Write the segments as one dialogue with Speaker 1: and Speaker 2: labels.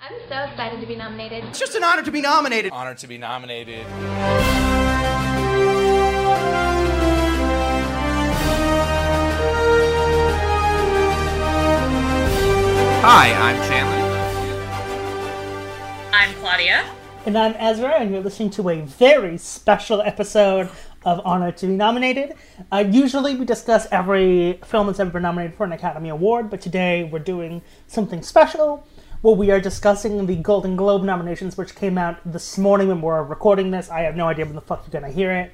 Speaker 1: I'm so excited to be nominated.
Speaker 2: It's just an honor to be nominated.
Speaker 3: Honored to be nominated.
Speaker 4: Hi, I'm Chandler.
Speaker 5: I'm Claudia.
Speaker 6: And I'm Ezra, and you're listening to a very special episode of Honor to Be Nominated. Uh, usually, we discuss every film that's ever been nominated for an Academy Award, but today we're doing something special where we are discussing the Golden Globe nominations, which came out this morning when we're recording this. I have no idea when the fuck you're gonna hear it.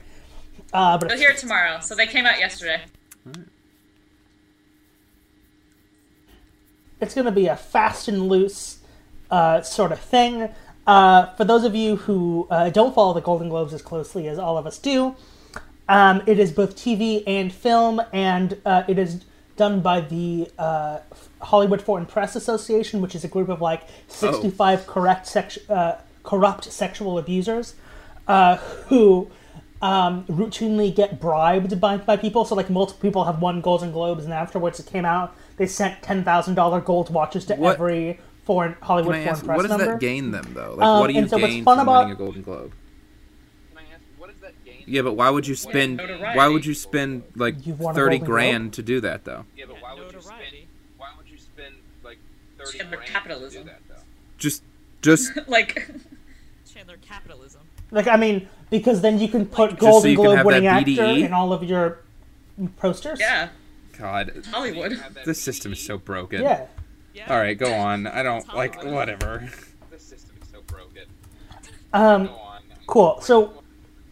Speaker 6: Uh, but
Speaker 5: You'll hear it tomorrow. So they came out yesterday.
Speaker 6: it's going to be a fast and loose uh, sort of thing. Uh, for those of you who uh, don't follow the Golden Globes as closely as all of us do, um, it is both TV and film, and uh, it is done by the uh, Hollywood Foreign Press Association, which is a group of like 65 correct sex- uh, corrupt sexual abusers uh, who um, routinely get bribed by, by people. So, like, multiple people have won Golden Globes, and afterwards it came out, they sent $10,000 gold watches to
Speaker 4: What-
Speaker 6: every foreign Hollywood
Speaker 4: Can I
Speaker 6: foreign
Speaker 4: ask,
Speaker 6: press
Speaker 4: what does
Speaker 6: member.
Speaker 4: that gain them though? Like,
Speaker 6: Um,
Speaker 4: what do you
Speaker 6: and so what's
Speaker 4: gain
Speaker 6: fun
Speaker 4: from
Speaker 6: about-
Speaker 4: winning a Golden Globe? Yeah, but why would you spend?
Speaker 5: notoriety.
Speaker 4: Why would you spend like
Speaker 6: You've won a
Speaker 4: thirty
Speaker 6: Golden
Speaker 4: grand to do that though?
Speaker 7: Yeah, but why would you spend? Why would you spend like thirty
Speaker 5: Shit,
Speaker 7: grand
Speaker 5: they're capitalism.
Speaker 7: to do that though?
Speaker 4: Just, just
Speaker 5: like,
Speaker 8: Chandler capitalism.
Speaker 6: Like, I mean, because then you can put
Speaker 4: so
Speaker 6: Golden
Speaker 4: you can
Speaker 6: Globe
Speaker 4: have
Speaker 6: winning
Speaker 4: that E?
Speaker 6: actor
Speaker 4: BDE?
Speaker 6: in all of your posters.
Speaker 5: yeah,
Speaker 4: God,
Speaker 5: Hollywood.
Speaker 7: Have that
Speaker 4: this system is so broken.
Speaker 6: Yeah.
Speaker 8: Yeah.
Speaker 4: All right, go on. I don't like
Speaker 8: Hollywood.
Speaker 4: whatever.
Speaker 7: The system is so broken.
Speaker 6: Um,
Speaker 7: Go on.
Speaker 6: cool. So,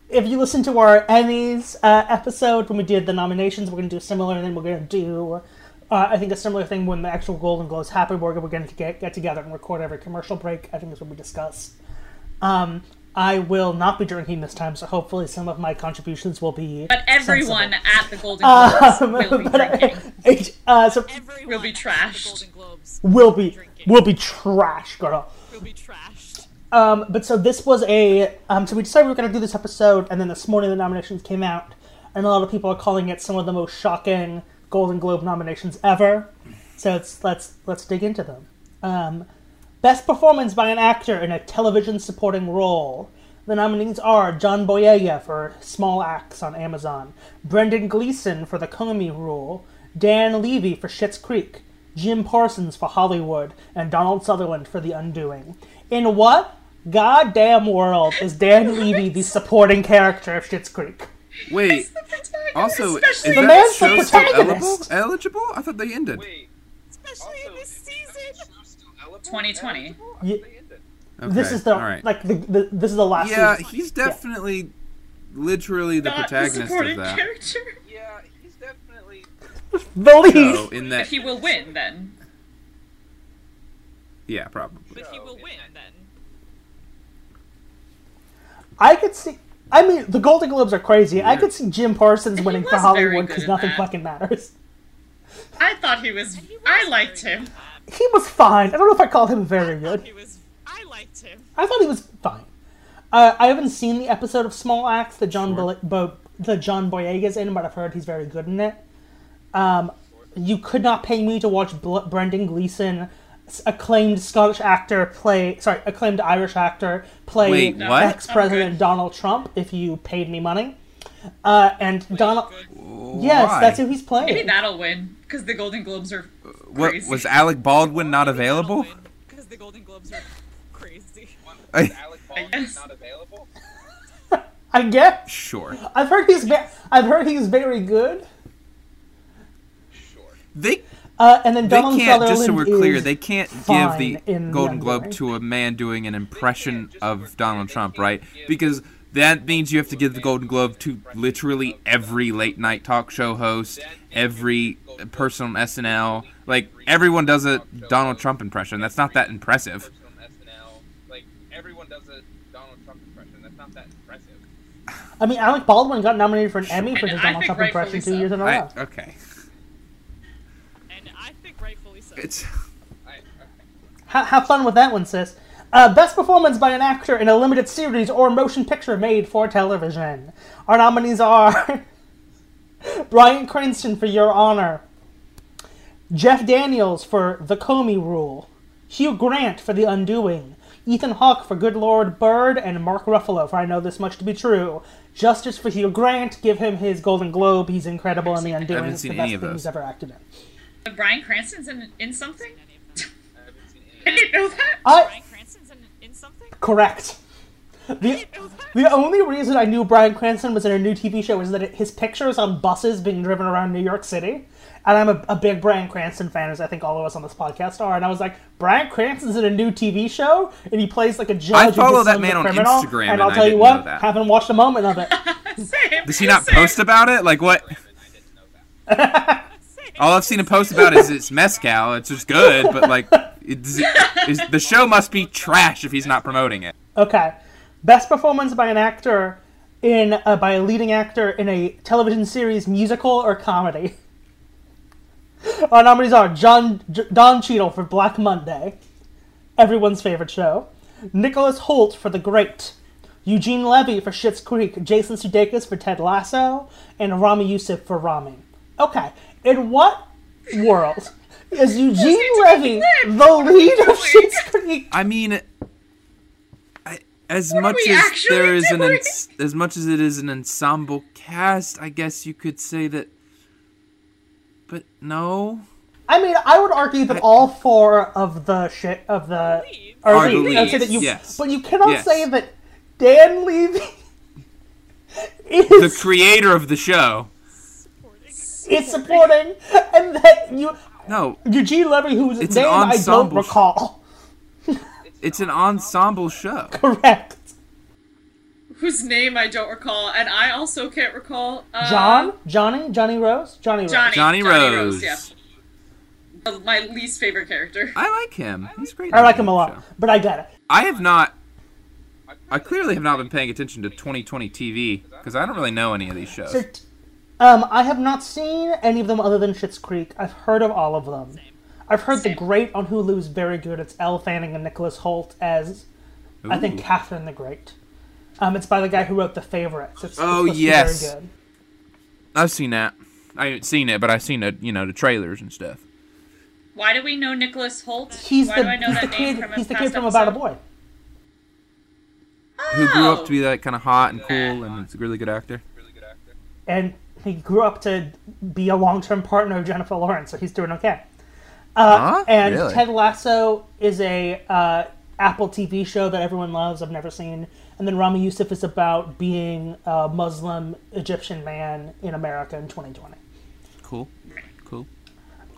Speaker 6: if you listen to our Emmys uh, episode when we did the nominations, we're going to do similar, and then we're going to do, uh, I think, a similar thing when the actual Golden Globes happen. We're, we're going to get, get together and record every commercial break. I think is what we discussed. Um, I will not be drinking this time, so hopefully some of my contributions will be.
Speaker 5: But everyone
Speaker 6: sensible.
Speaker 5: at the Golden Globes
Speaker 6: Um,
Speaker 5: will be
Speaker 6: but-
Speaker 5: drinking.
Speaker 6: uh, so
Speaker 8: Everyone
Speaker 5: We'll be
Speaker 8: at
Speaker 5: trashed.
Speaker 8: The Golden Globes
Speaker 6: will be
Speaker 8: Drinking.
Speaker 6: will be trash, girl.
Speaker 8: will be trashed.
Speaker 6: Um, but so this was a um, so we decided we were going to do this episode, and then this morning the nominations came out, and a lot of people are calling it some of the most shocking Golden Globe nominations ever. So it's, let's let's dig into them. Um, Best performance by an actor in a television supporting role. The nominees are John Boyega for Small Acts on Amazon, Brendan Gleeson for The Comey Rule, Dan Levy for Schitt's Creek, Jim Parsons for Hollywood, and Donald Sutherland for The Undoing. In what goddamn world is Dan Levy the supporting character of Schitt's Creek?
Speaker 4: Wait. Also, is
Speaker 5: Especially-
Speaker 4: that
Speaker 6: man's the
Speaker 4: show still eligible?
Speaker 6: protagonist.
Speaker 4: Eligible? I thought they ended.
Speaker 7: Wait.
Speaker 8: Especially in
Speaker 7: Also,
Speaker 8: this
Speaker 7: is that
Speaker 8: season.
Speaker 7: show still eligible?
Speaker 5: 2020.
Speaker 7: Eligible?
Speaker 6: Ye-
Speaker 7: They ended.
Speaker 4: Okay,
Speaker 6: This is the
Speaker 4: all right.
Speaker 6: like the, the this is the last
Speaker 4: yeah,
Speaker 6: season.
Speaker 4: he's definitely, literally the
Speaker 5: Not the
Speaker 4: protagonist
Speaker 5: supporting
Speaker 4: of that.
Speaker 5: character.
Speaker 7: Yeah, he's definitely.
Speaker 6: the lead.
Speaker 4: So Oh, in that,
Speaker 5: He will win then.
Speaker 4: yeah, probably.
Speaker 8: But he will win then.
Speaker 6: I could see. I mean, the Golden Globes are crazy. I could see Jim Parsons winning for
Speaker 5: was very
Speaker 6: Hollywood
Speaker 5: good
Speaker 6: because
Speaker 5: in
Speaker 6: nothing
Speaker 5: that.
Speaker 6: fucking matters.
Speaker 5: I thought he was.
Speaker 8: He was
Speaker 5: I liked
Speaker 8: very
Speaker 5: him.
Speaker 8: good at that.
Speaker 6: He was fine. I don't know if I called him very
Speaker 8: I thought
Speaker 6: good.
Speaker 8: He was. I liked him.
Speaker 6: I thought he was fine. Uh, I haven't seen the episode of Small Axe that John Bo- Bo- that John Boyega's in, but I've heard he's very good in it. Um, you could not pay me to watch Bl- Brendan Gleeson, s- acclaimed Scottish actor, play sorry, acclaimed Irish actor play
Speaker 4: Wait, what?
Speaker 6: ex President Donald Trump if you paid me money. Uh, and Donald, yes,
Speaker 4: Why?
Speaker 6: that's who he's playing.
Speaker 5: Maybe that'll win because the Golden Globes are
Speaker 4: What
Speaker 5: crazy.
Speaker 4: was Alec Baldwin not available?
Speaker 8: Because the Golden Globes are crazy.
Speaker 4: I-
Speaker 7: Alec Baldwin
Speaker 5: guess.
Speaker 7: not available.
Speaker 6: I guess.
Speaker 4: sure.
Speaker 6: I've heard he's ve- I've heard he's very good.
Speaker 7: Sure.
Speaker 4: They
Speaker 6: Uh, and then
Speaker 4: they
Speaker 6: Donald
Speaker 4: can't just so
Speaker 6: Sutherland
Speaker 4: we're clear,
Speaker 6: is-
Speaker 4: they can't give
Speaker 6: fine
Speaker 4: the
Speaker 6: in
Speaker 4: Golden
Speaker 6: Young
Speaker 4: Globe
Speaker 6: Boy.
Speaker 4: to a man doing an impression
Speaker 7: just so we're
Speaker 4: of
Speaker 7: clear,
Speaker 4: Donald
Speaker 7: they
Speaker 4: Trump,
Speaker 7: can't
Speaker 4: right?
Speaker 7: give
Speaker 4: Because that means you have to give the Golden Globe to literally every late night talk show host, every person on SNL. Like everyone does a Donald Trump impression. That's not that impressive.
Speaker 7: Person on SNL. Like everyone does a Donald Trump impression. That's not that impressive.
Speaker 6: I mean, Alec Baldwin got nominated for an Emmy for
Speaker 5: And
Speaker 6: his
Speaker 5: I think
Speaker 6: Donald Trump
Speaker 5: rightfully
Speaker 6: impression
Speaker 5: so.
Speaker 6: two years in a row.
Speaker 4: I, okay,
Speaker 8: And I think rightfully so.
Speaker 4: it's
Speaker 7: I, I
Speaker 6: Ha- have fun with that one, sis. Uh, best performance by an actor in a limited series or motion picture made for television. Our nominees are Brian Cranston for Your Honor, Jeff Daniels for The Comey Rule, Hugh Grant for The Undoing, Ethan Hawke for Good Lord Bird, and Mark Ruffalo for I Know This Much to Be True. Justice for Hugh Grant, give him his Golden Globe. He's incredible in The Undoing.
Speaker 4: haven't
Speaker 6: it's the
Speaker 4: seen
Speaker 6: best
Speaker 4: any of
Speaker 6: thing
Speaker 4: those.
Speaker 6: he's ever acted in.
Speaker 5: Brian Cranston's in, in something?
Speaker 7: I haven't seen any.
Speaker 5: I didn't know that.
Speaker 6: I
Speaker 8: Brian Cranston's in, in something?
Speaker 6: Uh, correct. The the only reason I knew Brian Cranston was in a new TV show is that it, his picture is on buses being driven around New York City. And I'm a, a big Brian Cranston fan, as I think all of us on this podcast are. And I was like, Brian Cranston's in a new TV show, and he plays like a judge. who just
Speaker 4: follow that
Speaker 6: sends a
Speaker 4: man on
Speaker 6: criminal.
Speaker 4: Instagram,
Speaker 6: and
Speaker 4: and
Speaker 6: I'll
Speaker 4: I
Speaker 6: tell you
Speaker 4: didn't
Speaker 6: what,
Speaker 4: know that.
Speaker 6: haven't watched a moment of it.
Speaker 5: Same.
Speaker 4: Does he not
Speaker 5: Same.
Speaker 4: post about it? Like what?
Speaker 7: I didn't know that.
Speaker 4: All I've seen him post about is it's mezcal. It's just good, but like, it's, it's, the show must be trash if he's not promoting it.
Speaker 6: Okay. Best performance by an actor in uh, by a leading actor in a television series, musical or comedy. Our nominees are John J- Don Cheadle for Black Monday, everyone's favorite show. Nicholas Holt for The Great. Eugene Levy for Schitt's Creek. Jason Sudeikis for Ted Lasso, and Rami Youssef for Rami. Okay. In what world is Eugene Levy the lead of Schitt's Creek?
Speaker 4: I mean, I, as much
Speaker 5: we
Speaker 4: as
Speaker 5: actually
Speaker 4: there is an
Speaker 5: doing?
Speaker 4: ens- as much as it is an ensemble cast, I guess you could say that. But no,
Speaker 6: I mean, I would argue that all four of the shit of the
Speaker 8: Leads.
Speaker 6: are
Speaker 4: Are
Speaker 6: leads.
Speaker 4: the
Speaker 6: I'd say that
Speaker 4: leads,
Speaker 6: you,
Speaker 4: yes.
Speaker 6: but you cannot
Speaker 4: Yes.
Speaker 6: say that Dan Levy is
Speaker 4: the creator of the show.
Speaker 6: is supporting, and that you
Speaker 4: No,
Speaker 6: Eugene Levy, whose
Speaker 4: It's an
Speaker 6: name I don't
Speaker 4: ensemble sh-
Speaker 6: recall,
Speaker 4: it's an ensemble show.
Speaker 6: correct?
Speaker 5: Whose name I don't recall, and I also can't recall. Uh,
Speaker 6: John, Johnny, Johnny Rose, Johnny,
Speaker 5: Johnny.
Speaker 6: Rose.
Speaker 4: Johnny
Speaker 5: Johnny
Speaker 4: Rose.
Speaker 5: Rose, Uh, My least favorite character.
Speaker 4: I like him. He's great.
Speaker 6: I
Speaker 4: in
Speaker 6: like
Speaker 4: that
Speaker 6: him a lot,
Speaker 4: show.
Speaker 6: but I get it.
Speaker 4: I have not. I clearly have not been paying attention to 2020 TV because I don't really know any of these shows.
Speaker 6: So, t- um, I have not seen any of them other than Schitt's Creek. I've heard of all of them. I've heard The Great on Hulu is very good. It's Elle Fanning and Nicholas Holt as, I think,
Speaker 4: Ooh.
Speaker 6: Catherine the Great. Um, it's by the guy who wrote The Favorites. It's, it's
Speaker 4: Oh,
Speaker 6: supposed to be
Speaker 4: yes.
Speaker 6: very good.
Speaker 4: I've seen that. I haven't seen it, but I've seen the you know the trailers and stuff.
Speaker 5: Why do we know Nicholas Holt?
Speaker 6: He's
Speaker 5: Why
Speaker 6: the,
Speaker 5: do I know
Speaker 6: he's
Speaker 5: that name
Speaker 6: the kid.
Speaker 5: from a
Speaker 6: He's the
Speaker 5: past
Speaker 6: kid from
Speaker 5: episode?
Speaker 6: About a Boy.
Speaker 4: Who grew up
Speaker 5: Oh.
Speaker 4: to be that kind of hot and cool and is a really good actor.
Speaker 7: Really good actor.
Speaker 6: and he grew up to be a long-term partner of Jennifer Lawrence, so he's doing okay. Uh,
Speaker 4: Huh?
Speaker 6: And
Speaker 4: Really?
Speaker 6: Ted Lasso is a uh, Apple TV show that everyone loves. I've never seen. And then Rami Youssef is about being a Muslim Egyptian man in America in 2020.
Speaker 4: Cool, cool,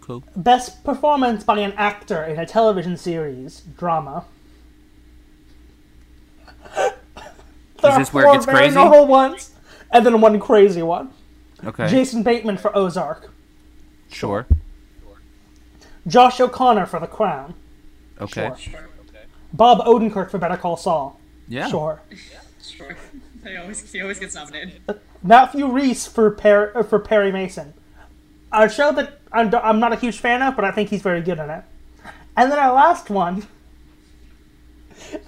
Speaker 4: cool.
Speaker 6: Best performance by an actor in a television series drama. There
Speaker 4: this
Speaker 6: are
Speaker 4: where it
Speaker 6: four
Speaker 4: gets
Speaker 6: very
Speaker 4: crazy?
Speaker 6: normal ones, and then one crazy one.
Speaker 4: Okay,
Speaker 6: Jason Bateman for Ozark.
Speaker 4: sure.
Speaker 6: Josh O'Connor for The Crown.
Speaker 4: Okay,
Speaker 5: Sure.
Speaker 6: Bob Odenkirk for Better Call Saul.
Speaker 4: yeah.
Speaker 6: Sure.
Speaker 5: Sure. They always, he always gets nominated.
Speaker 6: Matthew Reese for per- uh, for Perry Mason. A show that I'm, I'm not a huge fan of, but I think he's very good in it. And then our last one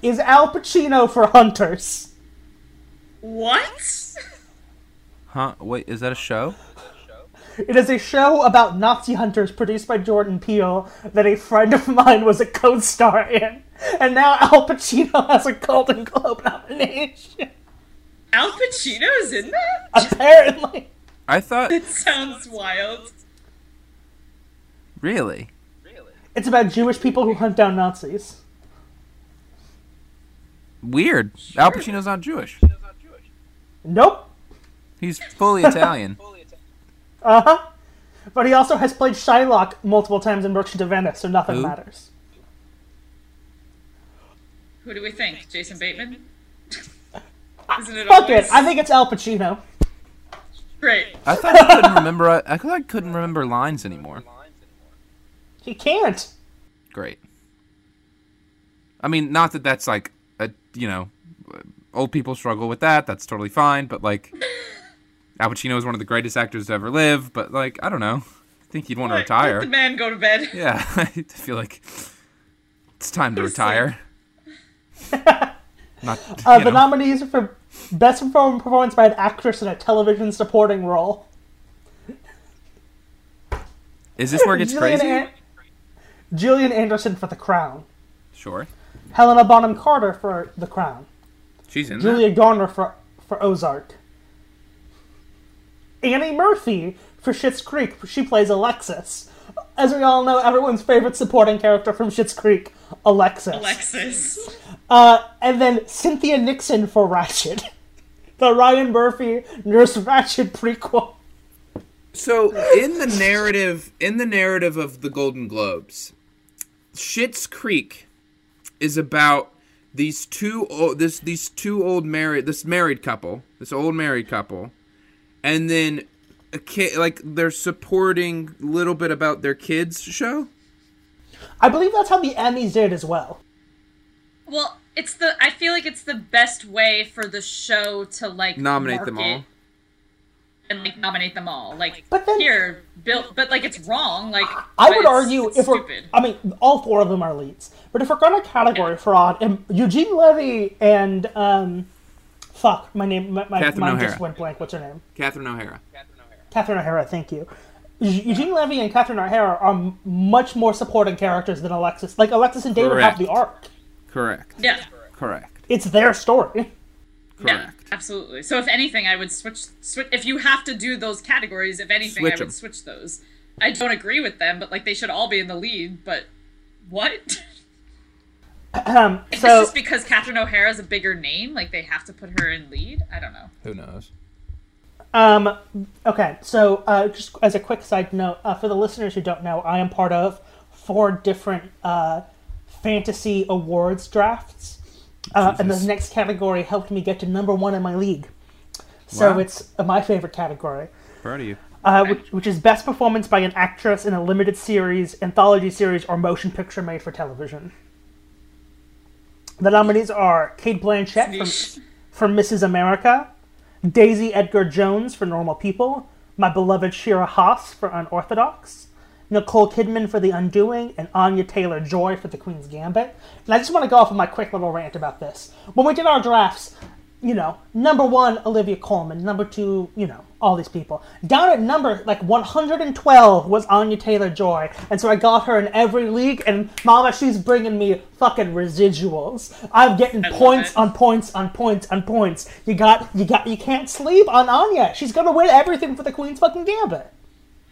Speaker 6: is Al Pacino for Hunters.
Speaker 5: What?
Speaker 4: Huh? Wait, is that a show?
Speaker 6: It is a show about Nazi hunters produced by Jordan Peele that a friend of mine was a co-star in. And now Al Pacino has a Golden Globe nomination.
Speaker 5: Al Pacino's in that?
Speaker 6: Apparently.
Speaker 4: I thought
Speaker 5: It sounds wild.
Speaker 4: really.
Speaker 6: It's about Jewish people who hunt down Nazis.
Speaker 4: Weird. Al Pacino's not Jewish.
Speaker 7: He's not Jewish.
Speaker 6: Nope.
Speaker 4: He's fully Italian.
Speaker 7: Fully Italian.
Speaker 6: Uh huh. But he also has played Shylock multiple times in Merchant of Venice, so nothing
Speaker 4: Who?
Speaker 6: matters.
Speaker 5: Who do we think? Jason Bateman? Isn't it
Speaker 6: Fuck it.
Speaker 5: always-
Speaker 6: I think it's Al Pacino.
Speaker 5: Great.
Speaker 4: I thought I couldn't remember. I, I thought I couldn't remember lines anymore.
Speaker 7: Lines anymore.
Speaker 6: He can't.
Speaker 4: Great. I mean, not that that's like a you know, old people struggle with that. That's totally fine. But like, Al Pacino is one of the greatest actors to ever live. But like, I don't know. I think you'd want to
Speaker 5: Let- Let the
Speaker 4: retire.
Speaker 5: man go to bed.
Speaker 4: Yeah, I feel like it's time to retire. Not
Speaker 6: Uh, the
Speaker 4: you know.
Speaker 6: nominees for best perform- performance by an actress in a television supporting role.
Speaker 4: is this where it gets
Speaker 6: Gillian
Speaker 4: crazy?
Speaker 6: An- Gillian Anderson for The Crown,
Speaker 4: Sure.
Speaker 6: Helena Bonham Carter for The Crown,
Speaker 4: She's in
Speaker 6: Julia Garner for for Ozark, Annie Murphy for Schitt's Creek. She plays Alexis. As we all know, everyone's favorite supporting character from Schitt's Creek, Alexis.
Speaker 5: Alexis.
Speaker 6: Uh, and then Cynthia Nixon for Ratchet, the Ryan Murphy Nurse Ratchet prequel.
Speaker 4: So in the narrative, in the narrative of the Golden Globes, Schitt's Creek is about these two old this these two old married this married couple this old married couple, and then a kid like they're supporting a little bit about their kids show.
Speaker 6: I believe that's how the Emmys did as well.
Speaker 5: Well, it's the. I feel like it's the best way for the show to like
Speaker 4: Nominate them
Speaker 5: market
Speaker 4: all.
Speaker 5: and like nominate them all. Like
Speaker 6: But then-
Speaker 5: here, built, but like it's wrong. Like
Speaker 6: I
Speaker 5: but
Speaker 6: would
Speaker 5: it's-
Speaker 6: argue
Speaker 5: it's
Speaker 6: if we're,
Speaker 5: stupid.
Speaker 6: I mean, all four of them are leads. But if we're going to category fraud, and Eugene Levy and um, fuck, my name, my, my
Speaker 4: Catherine
Speaker 6: mind
Speaker 4: O'Hara.
Speaker 6: just went blank. What's her name?
Speaker 4: Catherine O'Hara.
Speaker 7: Catherine O'Hara.
Speaker 6: Catherine O'Hara. Thank you. E- Eugene Levy and Catherine O'Hara are m- much more supporting characters than Alexis. Like Alexis and David have
Speaker 4: Correct.
Speaker 6: the arc.
Speaker 4: Correct.
Speaker 5: yeah,
Speaker 4: Correct.
Speaker 6: It's their story.
Speaker 5: yeah,
Speaker 4: Correct.
Speaker 5: absolutely. So if anything, I would switch. Switch if you have to do those categories. If anything,
Speaker 4: Switch
Speaker 5: I would
Speaker 4: 'em.
Speaker 5: switch those. I don't agree with them, but like they should all be in the lead. But what?
Speaker 6: Um,
Speaker 5: Is
Speaker 6: so
Speaker 5: this just because Catherine O'Hara is a bigger name? Like they have to put her in lead? I don't know.
Speaker 4: Who knows?
Speaker 6: Um, okay, so uh, just as a quick side note, uh, for the listeners who don't know, I am part of four different uh, fantasy awards drafts, uh, and the
Speaker 4: Jesus.
Speaker 6: next category helped me get to number one in my league. So
Speaker 4: Wow.
Speaker 6: it's my favorite category,
Speaker 4: Proud of you.
Speaker 6: uh, which, which is best performance by an actress in a limited series, anthology series, or motion picture made for television. The nominees are Kate Blanchett from
Speaker 5: Niche.
Speaker 6: for Mrs. America, Daisy Edgar Jones for Normal People, my beloved Shira Haas for Unorthodox, Nicole Kidman for The Undoing, and Anya Taylor Joy for The Queen's Gambit. And I just want to go off on my quick little rant about this. When we did our drafts, you know, number one, Olivia Coleman. Number two, you know, all these people. Down at number like 112 was Anya Taylor Joy, and so I got her in every league. And Mama, she's bringing me fucking residuals. I'm getting
Speaker 5: love
Speaker 6: points
Speaker 5: it.
Speaker 6: on points on points on points. You got, you got, you can't sleep on Anya. She's gonna win everything for the Queen's fucking gambit.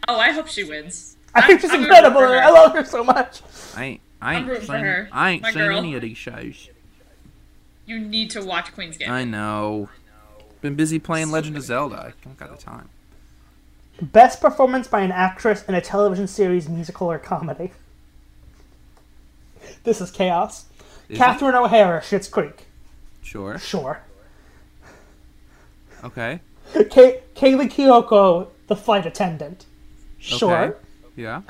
Speaker 5: Oh, I hope she wins.
Speaker 6: I think she's
Speaker 5: I'm rooting
Speaker 6: incredible.
Speaker 5: for her.
Speaker 6: I love her so much.
Speaker 4: I ain't. I ain't
Speaker 5: rooting for
Speaker 4: seen-
Speaker 5: her.
Speaker 4: I ain't
Speaker 5: My
Speaker 4: seen
Speaker 5: girl.
Speaker 4: any of these shows.
Speaker 5: You need to watch Queen's Game.
Speaker 4: I know. Been busy playing Legend of Zelda. I don't got the time.
Speaker 6: Best performance by an actress in a television series, musical, or comedy. This is chaos.
Speaker 4: Is it?
Speaker 6: Catherine O'Hara, Schitt's Creek.
Speaker 4: Sure.
Speaker 6: Sure.
Speaker 4: Okay.
Speaker 6: Kay- Kaylee Kiyoko, the flight attendant. Sure.
Speaker 4: Okay. Yeah.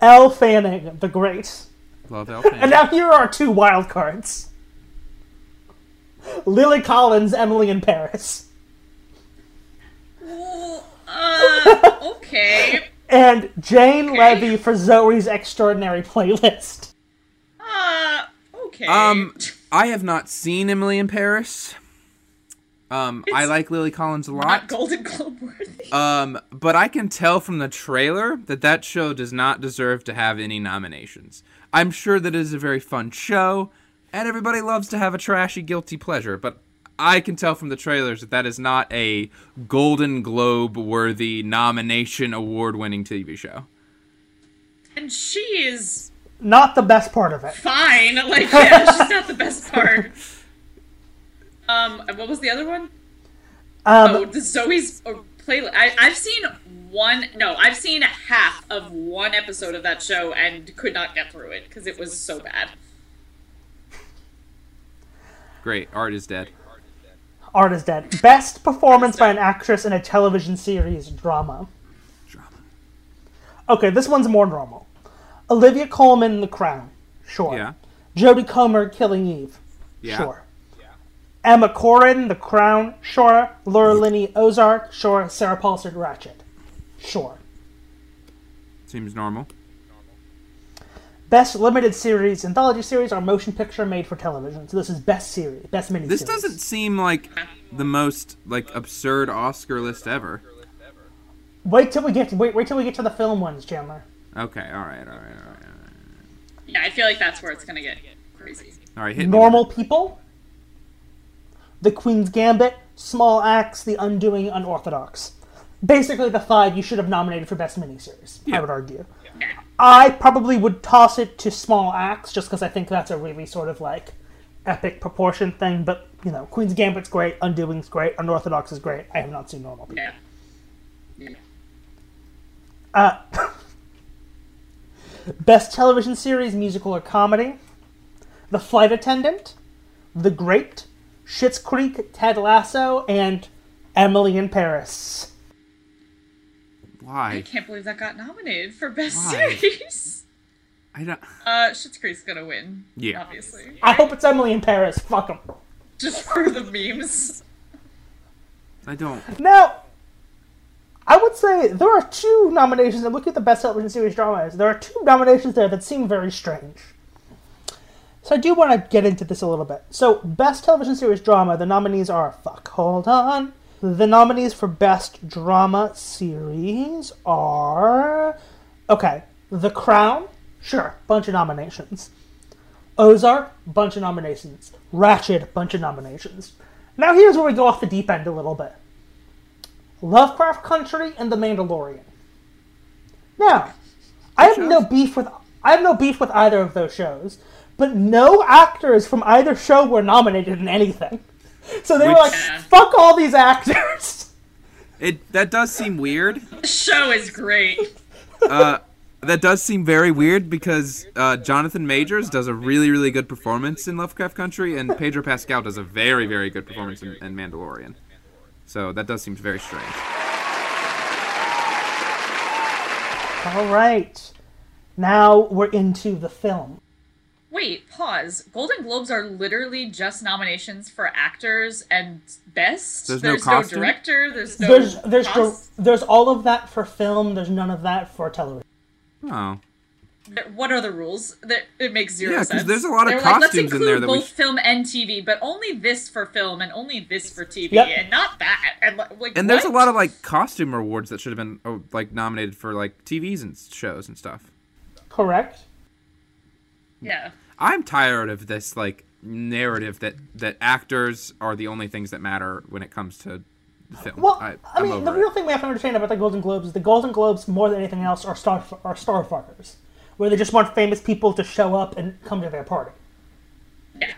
Speaker 6: Elle Fanning, the great.
Speaker 4: Love Elf.
Speaker 6: And now here are two wild cards. Lily Collins, Emily in Paris.
Speaker 5: Ooh, uh, okay.
Speaker 6: And Jane
Speaker 5: Okay.
Speaker 6: Levy for Zoe's Extraordinary Playlist.
Speaker 5: Uh, okay.
Speaker 4: Um, I have not seen Emily in Paris. Um, I like Lily Collins a
Speaker 5: not
Speaker 4: lot.
Speaker 5: Golden Globe worthy.
Speaker 4: Um, but I can tell from the trailer that that show does not deserve to have any nominations. I'm sure that it is a very fun show, and everybody loves to have a trashy guilty pleasure. But I can tell from the trailers that that is not a Golden Globe worthy nomination award winning TV show.
Speaker 5: and she is
Speaker 6: Not the best part of it.
Speaker 5: fine. Like, yeah, she's not the best part. Um, and what was the other one?
Speaker 6: Um,
Speaker 5: Oh, the Zoe's playlist. I, I've seen one. No, I've seen half of one episode of that show and could not get through it because it was so bad.
Speaker 4: Great, art is dead.
Speaker 6: Art is dead. Best performance by an actress in a television series drama.
Speaker 4: Drama.
Speaker 6: Okay, this one's more normal. Olivia Colman, in The Crown. Sure.
Speaker 4: Yeah.
Speaker 6: Jodie Comer, Killing Eve.
Speaker 4: Yeah.
Speaker 6: Sure. Emma Corrin, The Crown. Sure. Laura Linney, Ozark. Sure. Sarah Paulson, Ratchet. Sure.
Speaker 4: Seems normal.
Speaker 6: Best limited series, anthology series, or motion picture made for television. So this is best series, best miniseries.
Speaker 4: This doesn't seem like the most like absurd Oscar list ever.
Speaker 6: Wait till we get wait wait till we get to the film ones, Chandler.
Speaker 4: Okay, all right, all right, all right. all right.
Speaker 5: Yeah, I feel like that's where it's gonna get crazy.
Speaker 4: All right, hit me with
Speaker 6: Normal
Speaker 4: it.
Speaker 6: People, The Queen's Gambit, Small Axe, The Undoing, Unorthodox. Basically, the five you should have nominated for Best Miniseries, I
Speaker 4: Yeah.
Speaker 6: would argue.
Speaker 5: Yeah.
Speaker 6: I probably would toss it to Small Axe just because I think that's a really sort of like epic proportion thing, but you know, Queen's Gambit's great, Undoing's great, Unorthodox is great. I have not seen Normal People.
Speaker 5: Yeah. Yeah.
Speaker 6: Uh, best television series, musical or comedy: The Flight Attendant, The Great, Schitt's Creek, Ted Lasso, and Emily in Paris.
Speaker 5: I
Speaker 4: Why?
Speaker 5: can't believe that got nominated for best
Speaker 4: Why?
Speaker 5: series.
Speaker 4: I don't.
Speaker 5: Uh, Schitt's Creek's gonna win.
Speaker 4: Yeah.
Speaker 5: Obviously.
Speaker 6: I hope it's Emily in Paris. Fuck 'em.
Speaker 5: Just for the memes.
Speaker 4: I don't.
Speaker 6: Now, I would say there are two nominations. And look at the best television series dramas. There are two nominations there that seem very strange. So I do want to get into this a little bit. So best television series drama, the nominees are fuck. Hold on. The nominees for best drama series are okay. The Crown, sure, bunch of nominations. Ozark, bunch of nominations. Ratchet, bunch of nominations. Now here's where we go off the deep end a little bit. Lovecraft Country and The Mandalorian. Now, I have no beef with I have no beef with either of those shows, but no actors from either show were nominated in anything. So they were
Speaker 4: Which-
Speaker 6: like, "Fuck all these actors."
Speaker 4: It that does seem weird.
Speaker 5: The show is great.
Speaker 4: Uh, that does seem very weird because uh, Jonathan Majors does a really really good performance in Lovecraft Country, and Pedro Pascal does a very very good performance in, in Mandalorian. So that does seem very strange.
Speaker 6: all right, now we're into the film.
Speaker 5: Wait, pause. Golden Globes are literally just nominations for actors and best.
Speaker 4: There's no costume?
Speaker 5: director. There's no.
Speaker 6: There's there's
Speaker 5: cos-
Speaker 6: there's all of that for film. There's none of that for television.
Speaker 4: Oh,
Speaker 5: What are the rules? There- It makes zero
Speaker 4: Yeah, 'cause
Speaker 5: sense.
Speaker 4: there's a lot of
Speaker 5: They were like, Let's
Speaker 4: costumes in
Speaker 5: include
Speaker 4: there that we
Speaker 5: both
Speaker 4: sh-
Speaker 5: film and TV, but only this for film and only this for TV,
Speaker 6: Yep.
Speaker 5: and not that. And li- like,
Speaker 4: and there's a
Speaker 5: what?
Speaker 4: lot of like costume awards that should have been oh, like nominated for like TVs and shows and stuff.
Speaker 6: Correct.
Speaker 5: yeah.
Speaker 4: I'm tired of this like narrative that that actors are the only things that matter when it comes to film.
Speaker 6: Well,
Speaker 4: I,
Speaker 6: I,
Speaker 4: I'm
Speaker 6: mean, the
Speaker 4: over it.
Speaker 6: real thing we have to understand about the Golden Globes is the Golden Globes, more than anything else, are star are star fuckers, where they just want famous people to show up and come to their party.
Speaker 5: Yeah.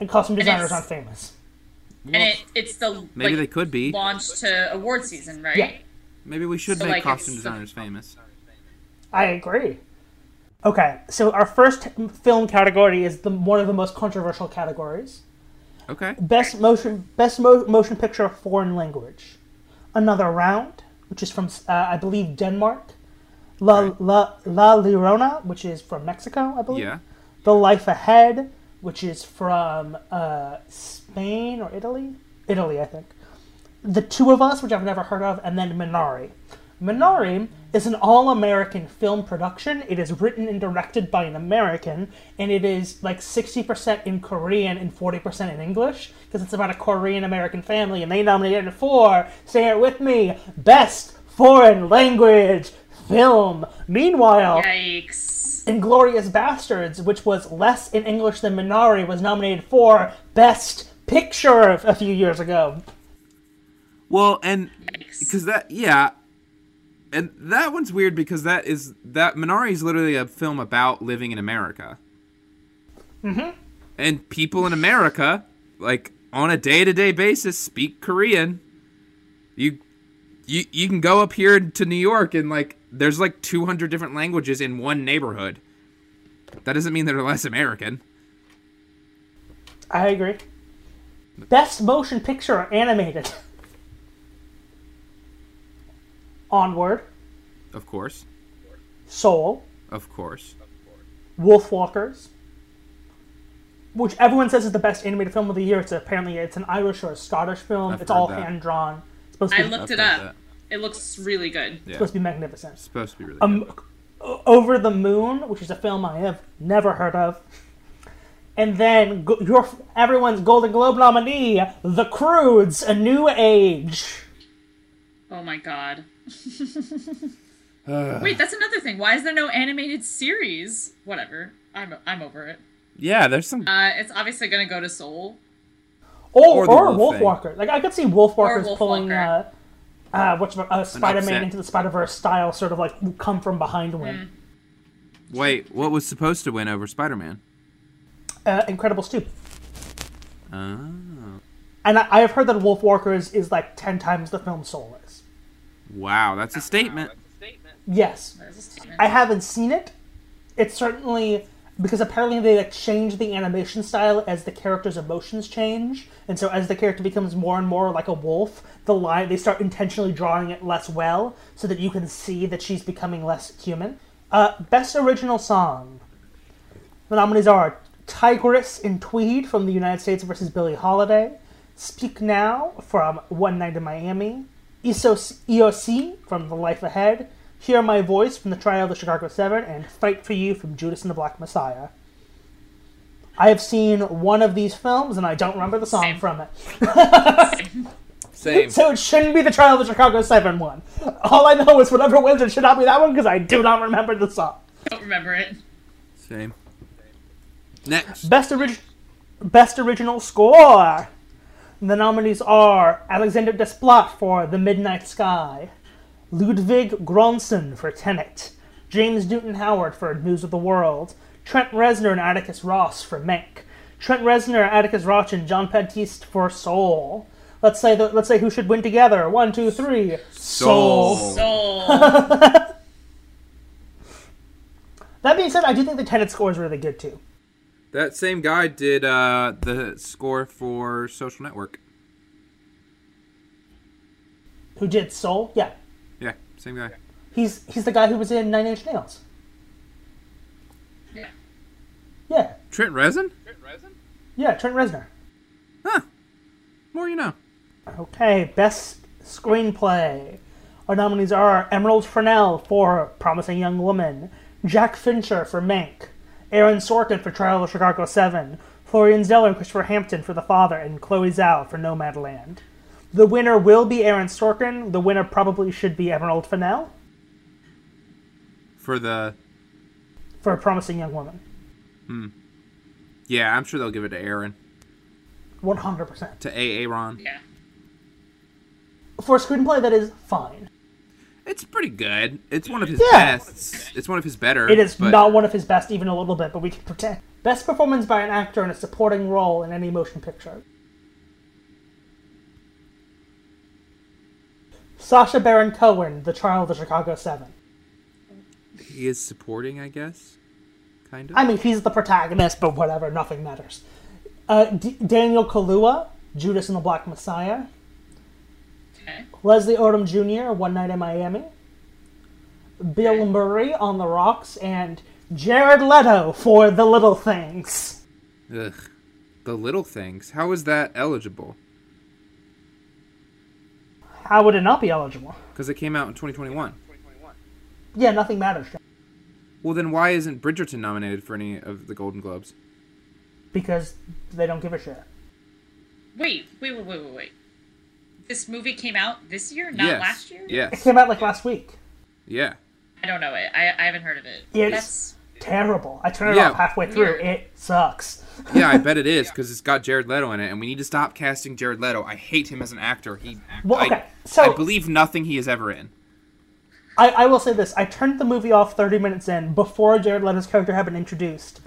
Speaker 6: And costume designers
Speaker 5: it's-
Speaker 6: aren't famous.
Speaker 5: And it, it's the
Speaker 4: Maybe
Speaker 5: like,
Speaker 4: they could be.
Speaker 5: launch to award season, right?
Speaker 6: Yeah.
Speaker 4: Maybe we should
Speaker 5: So,
Speaker 4: make
Speaker 5: like,
Speaker 4: costume
Speaker 5: it's the-
Speaker 4: designers famous.
Speaker 6: I agree. Okay, so our first film category is the one of the most controversial categories.
Speaker 4: Okay.
Speaker 6: Best motion, best mo- motion picture, foreign language. Another round, which is from uh, I believe Denmark. La,
Speaker 4: Right.
Speaker 6: La La Llorona, which is from Mexico, I believe.
Speaker 4: Yeah.
Speaker 6: The Life Ahead, which is from uh, Spain or Italy? Italy, I think. The Two of Us, which I've never heard of, and then Minari. Minari is an all American film production. It is written and directed by an American, and it is like 60% in Korean and 40% in English, because it's about a Korean American family, and they nominated it for, say it with me, Best Foreign Language Film. Meanwhile,
Speaker 5: Yikes.
Speaker 6: Inglorious Bastards, which was less in English than Minari, was nominated for Best Picture a few years ago.
Speaker 4: Well, and
Speaker 5: Yikes.
Speaker 4: because that, yeah, and that one's weird because that is that Minari is literally a film about living in America. Mm-hmm. And people in America, like on a day-to-day basis, speak Korean. You, you, you can go up here to New York and like there's like 200 different languages in one neighborhood. That doesn't mean they're less American.
Speaker 6: I agree. Best Motion Picture Animated. Onward,
Speaker 4: Of course,
Speaker 6: Soul,
Speaker 4: of course.
Speaker 6: Wolf Walkers, which everyone says is the best animated film of the year. It's apparently it's an Irish or a Scottish film.
Speaker 4: I've
Speaker 6: it's all
Speaker 4: heard that.
Speaker 6: hand drawn. It's supposed to
Speaker 5: I
Speaker 6: be,
Speaker 5: looked
Speaker 4: I've
Speaker 5: it
Speaker 4: heard
Speaker 5: up.
Speaker 4: that.
Speaker 5: It looks really good.
Speaker 4: Yeah,
Speaker 6: supposed to be magnificent.
Speaker 4: supposed to be really. good.
Speaker 6: um, Over the Moon, which is a film I have never heard of. And then go- your everyone's Golden Globe nominee, The Crudes, A New Age.
Speaker 5: Oh my god. Wait, that's another thing. Why is there no animated series? Whatever. I'm I'm over it.
Speaker 4: Yeah, there's some.
Speaker 5: Uh, it's obviously gonna go to Soul.
Speaker 6: Or,
Speaker 4: Or the
Speaker 6: or,
Speaker 4: wolf
Speaker 6: Wolf
Speaker 4: thing.
Speaker 6: Wolfwalker. Like I could see Wolfwalker's
Speaker 5: Wolf
Speaker 6: pulling
Speaker 5: Walker.
Speaker 6: uh, uh, what uh, Spider-Man
Speaker 4: upset.
Speaker 6: into the Spider-Verse style, sort of like come from
Speaker 5: Hmm.
Speaker 6: behind win.
Speaker 4: Wait, what was supposed to win over Spider-Man?
Speaker 6: Uh, Incredibles too.
Speaker 4: Oh,
Speaker 6: And I, I have heard that Wolf Walker is, is like ten times the film Soul is.
Speaker 4: wow, that's a statement.
Speaker 7: That's a statement.
Speaker 6: Yes,
Speaker 5: There's a statement.
Speaker 6: I haven't seen it. It's certainly because apparently they like change the animation style as the character's emotions change, and so as the character becomes more and more like a wolf, the line they start intentionally drawing it less well so that you can see that she's becoming less human. Uh, best original song. The nominees are Tigress in Tweed from the United States versus Billie Holiday, Speak Now from One Night in Miami, Isos- EOC from The Life Ahead, Hear My Voice from The Trial of the Chicago Seven, and Fight for You from Judas and the Black Messiah. I have seen one of these films and I don't remember the song
Speaker 5: Same.
Speaker 6: from it.
Speaker 4: Same.
Speaker 6: So it shouldn't be the Trial of the Chicago 7 one. All I know is whatever wins, it should not be that one because I do not remember the song.
Speaker 5: don't remember it.
Speaker 4: Same. Next.
Speaker 6: Best, orig- Best Original Score. The nominees are Alexander Desplat for The Midnight Sky, Ludwig Göransson for Tenet, James Newton Howard for News of the World, Trent Reznor and Atticus Ross for Mank, Trent Reznor, Atticus Ross, and John Baptiste for Soul. Let's say the, let's say who should win together. One, two, three. Soul.
Speaker 5: Soul.
Speaker 6: That being said, I do think the Tenet score is really good too.
Speaker 4: That same guy did uh, the score for Social Network.
Speaker 6: Who did Soul? Yeah,
Speaker 4: Yeah, same guy.
Speaker 6: he's he's the guy who was in Nine Inch Nails.
Speaker 5: yeah.
Speaker 6: Yeah,
Speaker 4: Trent Reznor?
Speaker 7: Trent Reznor?
Speaker 6: yeah, Trent Reznor.
Speaker 4: Huh. More you know.
Speaker 6: Okay, best screenplay. Our nominees are Emerald Fennell for Promising Young Woman, Jack Fincher for Mank, Aaron Sorkin for Trial of the Chicago 7, Florian Zeller and Christopher Hampton for The Father, and Chloe Zhao for Nomadland. The winner will be Aaron Sorkin. The winner probably should be Emerald Fennell
Speaker 4: For the
Speaker 6: for Promising Young Woman.
Speaker 4: yeah, I'm sure they'll give it to Aaron
Speaker 6: 100%.
Speaker 4: to A. Aaron.
Speaker 5: Yeah.
Speaker 6: For a screenplay, that is fine.
Speaker 4: It's pretty good. It's one of his
Speaker 6: Yeah.
Speaker 4: bests. It's one of his better.
Speaker 6: It is
Speaker 4: but
Speaker 6: not one of his best, even a little bit, but we can pretend. Best performance by an actor in a supporting role in any motion picture. Sasha Baron Cohen, The Trial of the Chicago Seven.
Speaker 4: He is supporting, I guess. Kind of.
Speaker 6: I mean, he's the protagonist, but whatever, nothing matters. Uh, D- Daniel Kaluuya, Judas and the Black Messiah.
Speaker 5: Okay.
Speaker 6: Leslie Odom Jr., One Night in Miami. Bill Murray on The Rocks, and Jared Leto for The Little Things.
Speaker 4: Ugh. The little things. How is that eligible?
Speaker 6: How would it not be eligible?
Speaker 4: Because it came out in 2021.
Speaker 7: 2021.
Speaker 6: Yeah, nothing matters John,
Speaker 4: Well, then why isn't Bridgerton nominated for any of the Golden Globes?
Speaker 6: because they don't give a shit.
Speaker 5: Wait, wait, wait, wait, wait, wait. This movie came out this year, not
Speaker 4: yes.
Speaker 5: last year.
Speaker 6: It
Speaker 4: Yes.
Speaker 6: came out like last week.
Speaker 4: Yeah.
Speaker 5: I don't know it. I, I haven't heard of it.
Speaker 6: It's-
Speaker 5: That's
Speaker 6: Terrible. I turned it
Speaker 4: Yeah.
Speaker 6: off halfway through.
Speaker 5: Weird.
Speaker 6: It sucks.
Speaker 4: Yeah, I bet it is because it's got Jared Leto in it, and we need to stop casting Jared Leto. I hate him as an actor. He.
Speaker 6: Well,
Speaker 4: I-
Speaker 6: okay, so-
Speaker 4: I believe nothing he is ever in.
Speaker 6: I, I will say this: I turned the movie off 30 minutes in before Jared Leto's character had been introduced,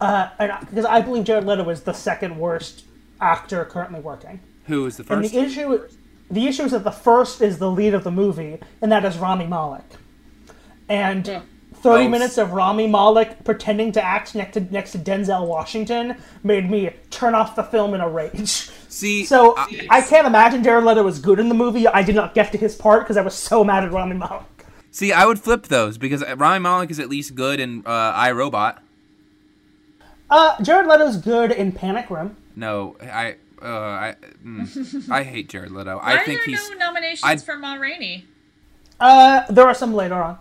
Speaker 6: uh, and because I believe Jared Leto is the second worst actor currently working.
Speaker 4: Who is the
Speaker 6: And
Speaker 4: first?
Speaker 6: the issue, the issue is that the first is the lead of the movie, and that is Rami Malek. And thirty
Speaker 4: Oh,
Speaker 6: minutes of Rami Malek pretending to act next to next to Denzel Washington made me turn off the film in a rage.
Speaker 4: See, uh,
Speaker 6: So
Speaker 4: I-
Speaker 6: I can't imagine Jared Leto was good in the movie. I did not get to his part because I was so mad at Rami Malek.
Speaker 4: see, I would flip those because Ryan Malek is at least good in uh, I Robot.
Speaker 6: Uh, Jared Leto's good in Panic Room.
Speaker 4: No, I, uh, I, mm, I hate Jared Leto.
Speaker 5: why
Speaker 4: I
Speaker 5: are
Speaker 4: think
Speaker 5: there
Speaker 4: he's.
Speaker 5: no nominations
Speaker 4: I'd-
Speaker 5: for Ma Rainey?
Speaker 6: Uh, there are some later on.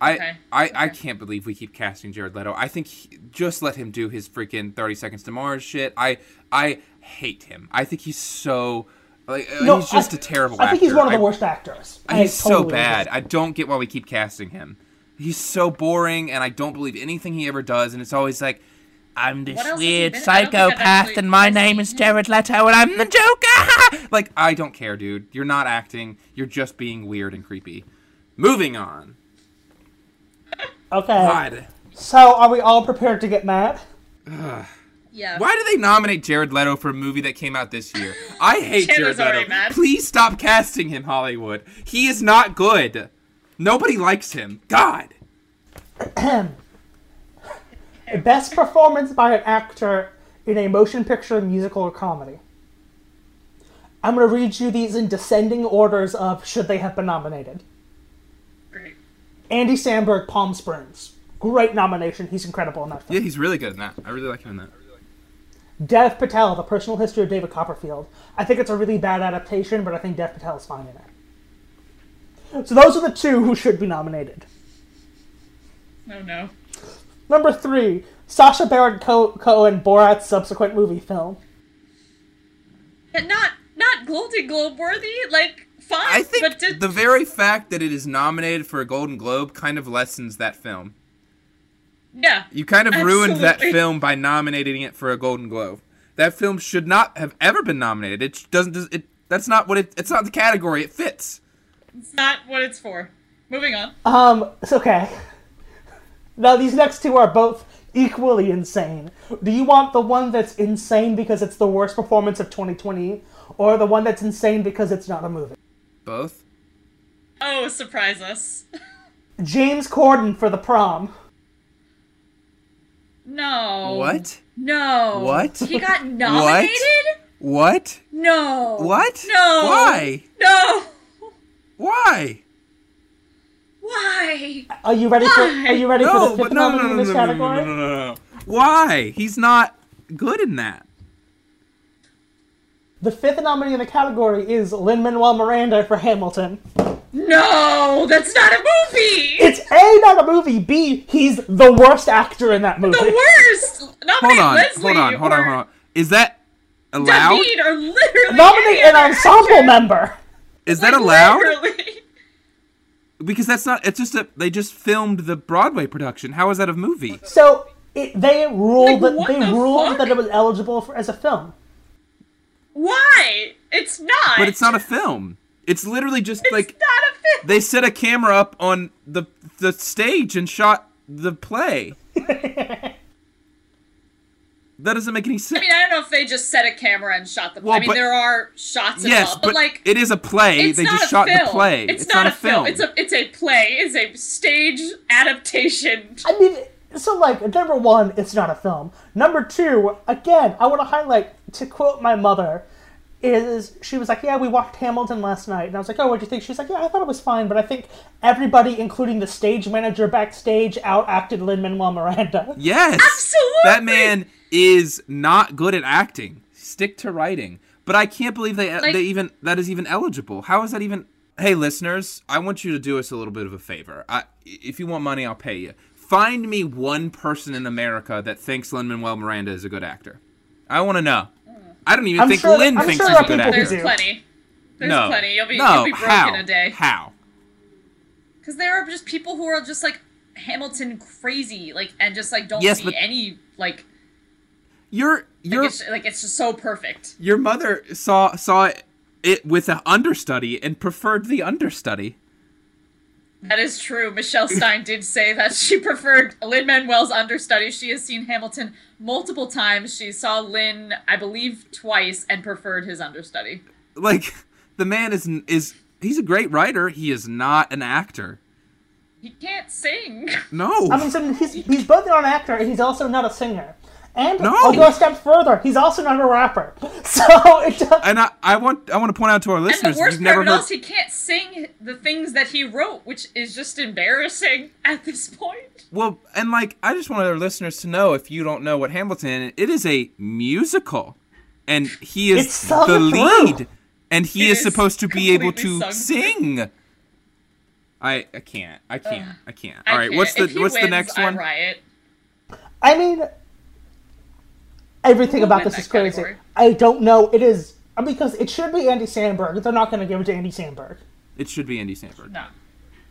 Speaker 4: I,
Speaker 5: Okay.
Speaker 4: I, I can't believe we keep casting Jared Leto. I think he, just let him do his freaking Thirty Seconds to Mars shit. I, I hate him. I think he's so. Like, uh,
Speaker 6: No,
Speaker 4: he's just
Speaker 6: I-
Speaker 4: a terrible
Speaker 6: I
Speaker 4: actor.
Speaker 6: think he's one of the
Speaker 4: I-
Speaker 6: worst actors. I
Speaker 4: He's so
Speaker 6: totally agree.
Speaker 4: bad. I don't get why we keep casting him. he's so boring, and I don't believe anything he ever does. And it's always like, I'm this
Speaker 5: What else has he
Speaker 4: weird
Speaker 5: been in? I don't think I've
Speaker 4: psychopath,
Speaker 5: actually
Speaker 4: and my
Speaker 5: seen
Speaker 4: name is
Speaker 5: him.
Speaker 4: Jared Leto, and I'm the Joker. like I don't care, dude. You're not acting. You're just being weird and creepy. Moving on.
Speaker 6: Okay.
Speaker 4: God.
Speaker 6: So are we all prepared to get mad?
Speaker 5: Yeah.
Speaker 4: Why do they nominate Jared Leto for a movie that came out this year? I hate
Speaker 5: Chandler's
Speaker 4: Jared Leto.
Speaker 5: already mad.
Speaker 4: Please stop casting him, Hollywood. He is not good. Nobody likes him. God.
Speaker 6: Best performance by an actor in a motion picture, musical, or comedy. I'm going to read you these in descending orders of should they have been nominated.
Speaker 5: Great.
Speaker 6: Andy Samberg, Palm Springs. Great nomination. He's incredible in that film.
Speaker 4: Yeah, he's really good in that. I really like him in that.
Speaker 6: Dev Patel, The Personal History of David Copperfield. I think it's a really bad adaptation, but I think Dev Patel is fine in it. So those are the two who should be nominated.
Speaker 5: Oh no.
Speaker 6: Number three, Sasha Baron Co- Cohen, Borat's subsequent movie film.
Speaker 5: But not not Golden Globe worthy. Like fine.
Speaker 4: I think
Speaker 5: but did,
Speaker 4: the very fact that it is nominated for a Golden Globe kind of lessens that film.
Speaker 5: yeah.
Speaker 4: You kind of ruined that
Speaker 5: Absolutely.
Speaker 4: film by nominating it for a Golden Globe. That film should not have ever been nominated. It doesn't. It that's not what it. It's not the category it fits.
Speaker 5: It's not what it's for. Moving on.
Speaker 6: Um, it's okay. Now these next two are both equally insane. Do you want the one that's insane because it's the worst performance of 2020, or the one that's insane because it's not a movie?
Speaker 4: Both.
Speaker 5: Oh, surprise us.
Speaker 6: James Corden for The Prom.
Speaker 5: No.
Speaker 4: What?
Speaker 5: No.
Speaker 4: What?
Speaker 5: He got nominated?
Speaker 4: What?
Speaker 5: No.
Speaker 4: What?
Speaker 5: No.
Speaker 4: Why?
Speaker 5: No.
Speaker 4: Why?
Speaker 5: Why?
Speaker 6: Are you ready for?
Speaker 5: Why?
Speaker 6: Are you ready for
Speaker 4: Ah,
Speaker 6: the
Speaker 4: No, but
Speaker 6: fifth
Speaker 4: no, no,
Speaker 6: nominee
Speaker 4: no,
Speaker 6: in
Speaker 4: no,
Speaker 6: this
Speaker 4: no, no, no,
Speaker 6: category?
Speaker 4: no, no, no. Why? He's not good in that.
Speaker 6: The fifth nominee in the category is Lin Manuel Miranda for Hamilton.
Speaker 5: No, that's not a movie.
Speaker 6: It's a not a movie. B he's the worst actor in that movie.
Speaker 5: The worst. Nominate
Speaker 4: Hold on,
Speaker 5: Leslie
Speaker 4: hold on, hold on,
Speaker 5: or
Speaker 4: hold on. Is that allowed?
Speaker 5: David or literally
Speaker 6: Nominate
Speaker 5: any
Speaker 6: an
Speaker 5: other
Speaker 6: ensemble
Speaker 5: actor.
Speaker 6: member.
Speaker 4: Is that allowed?
Speaker 5: Literally.
Speaker 4: Because that's not. It's just a. They just filmed the Broadway production. How is that a movie?
Speaker 6: So it, they ruled
Speaker 5: Like,
Speaker 6: that
Speaker 5: what
Speaker 6: they
Speaker 5: the
Speaker 6: ruled
Speaker 5: fuck?
Speaker 6: that it was eligible for, as a film.
Speaker 5: Why? It's not.
Speaker 4: But it's not a film. It's literally just
Speaker 5: It's
Speaker 4: like
Speaker 5: not a film.
Speaker 4: they set a camera up on the the stage and shot the play. that doesn't make any sense.
Speaker 5: I mean, I don't know if they just set a camera and shot the.
Speaker 4: Well,
Speaker 5: I mean,
Speaker 4: but-
Speaker 5: there are shots
Speaker 4: yes,
Speaker 5: involved, but, like
Speaker 4: it is a play.
Speaker 5: it's
Speaker 4: They
Speaker 5: not
Speaker 4: just
Speaker 5: a
Speaker 4: shot
Speaker 5: film.
Speaker 4: the play.
Speaker 5: It's, not, a film. It's
Speaker 4: film.
Speaker 5: a it's a play. It's a stage adaptation.
Speaker 6: I mean, so like number one, it's not a film. Number two, again, I want to highlight to quote my mother. Is she was like, yeah, we watched Hamilton last night, and I was like, oh, what do you think? She's like, yeah, I thought it was fine, but I think everybody, including the stage manager backstage, out acted Lin Manuel Miranda.
Speaker 4: Yes.
Speaker 5: Absolutely.
Speaker 4: That man is not good at acting. Stick to writing. But I can't believe they
Speaker 5: Like-
Speaker 4: they even that is even eligible. How is that even Hey listeners, I want you to do us a little bit of a favor. I if you want money, I'll pay you. Find me one person in America that thinks Lin Manuel Miranda is a good actor. I want to know. I don't even
Speaker 6: I'm
Speaker 4: think
Speaker 6: sure-
Speaker 4: Lin
Speaker 6: I'm
Speaker 4: thinks
Speaker 6: sure
Speaker 4: he's a
Speaker 6: there are people
Speaker 4: good
Speaker 6: who
Speaker 4: actor.
Speaker 5: There's
Speaker 6: do.
Speaker 5: plenty. There's
Speaker 4: no.
Speaker 5: plenty. You'll be
Speaker 4: no.
Speaker 5: you'll be broke
Speaker 4: How?
Speaker 5: in a day.
Speaker 4: How?
Speaker 5: Because there are just people who are just like Hamilton crazy, like and just like don't
Speaker 4: Yes,
Speaker 5: see
Speaker 4: but-
Speaker 5: any like
Speaker 4: You're you're
Speaker 5: like it's, like it's just so perfect.
Speaker 4: Your mother saw saw it with an understudy and preferred the understudy.
Speaker 5: That is true. Michelle Stein did say that she preferred Lin Manuel's understudy. She has seen Hamilton multiple times. She saw Lin, I believe, twice and preferred his understudy.
Speaker 4: Like the man is is he's a great writer. He is not an actor.
Speaker 5: He can't sing.
Speaker 4: No,
Speaker 6: I mean, so he's, he's both not an actor, and he's also not a singer. And
Speaker 4: No.
Speaker 6: I'll go a step further. He's also not a rapper. So it does,
Speaker 4: and I, I want I want to point out to our
Speaker 5: And
Speaker 4: listeners
Speaker 5: the
Speaker 4: if
Speaker 5: worst
Speaker 4: you've
Speaker 5: part
Speaker 4: never
Speaker 5: of it
Speaker 4: heard.
Speaker 5: all is he can't sing the things that he wrote, which is just embarrassing at this point.
Speaker 4: Well, and like I just want our listeners to know if you don't know what Hamilton, is, it is a musical, and he is
Speaker 6: It's sung
Speaker 4: the
Speaker 6: through.
Speaker 4: lead, and he
Speaker 5: It
Speaker 4: is
Speaker 5: is
Speaker 4: supposed to be able to
Speaker 5: completely sung
Speaker 4: sing. I I can't I can't I can't.
Speaker 5: I
Speaker 4: All right,
Speaker 5: can't.
Speaker 4: what's the
Speaker 5: If he
Speaker 4: what's the
Speaker 5: wins,
Speaker 4: next
Speaker 5: I
Speaker 4: one?
Speaker 5: riot.
Speaker 6: I mean, everything
Speaker 5: Who
Speaker 6: about
Speaker 5: won
Speaker 6: this
Speaker 5: that
Speaker 6: is crazy.
Speaker 5: category?
Speaker 6: I don't know. It is because it should be Andy Sandberg. They're not going to give it to Andy Sandberg.
Speaker 4: It should be Andy Samberg.
Speaker 5: No.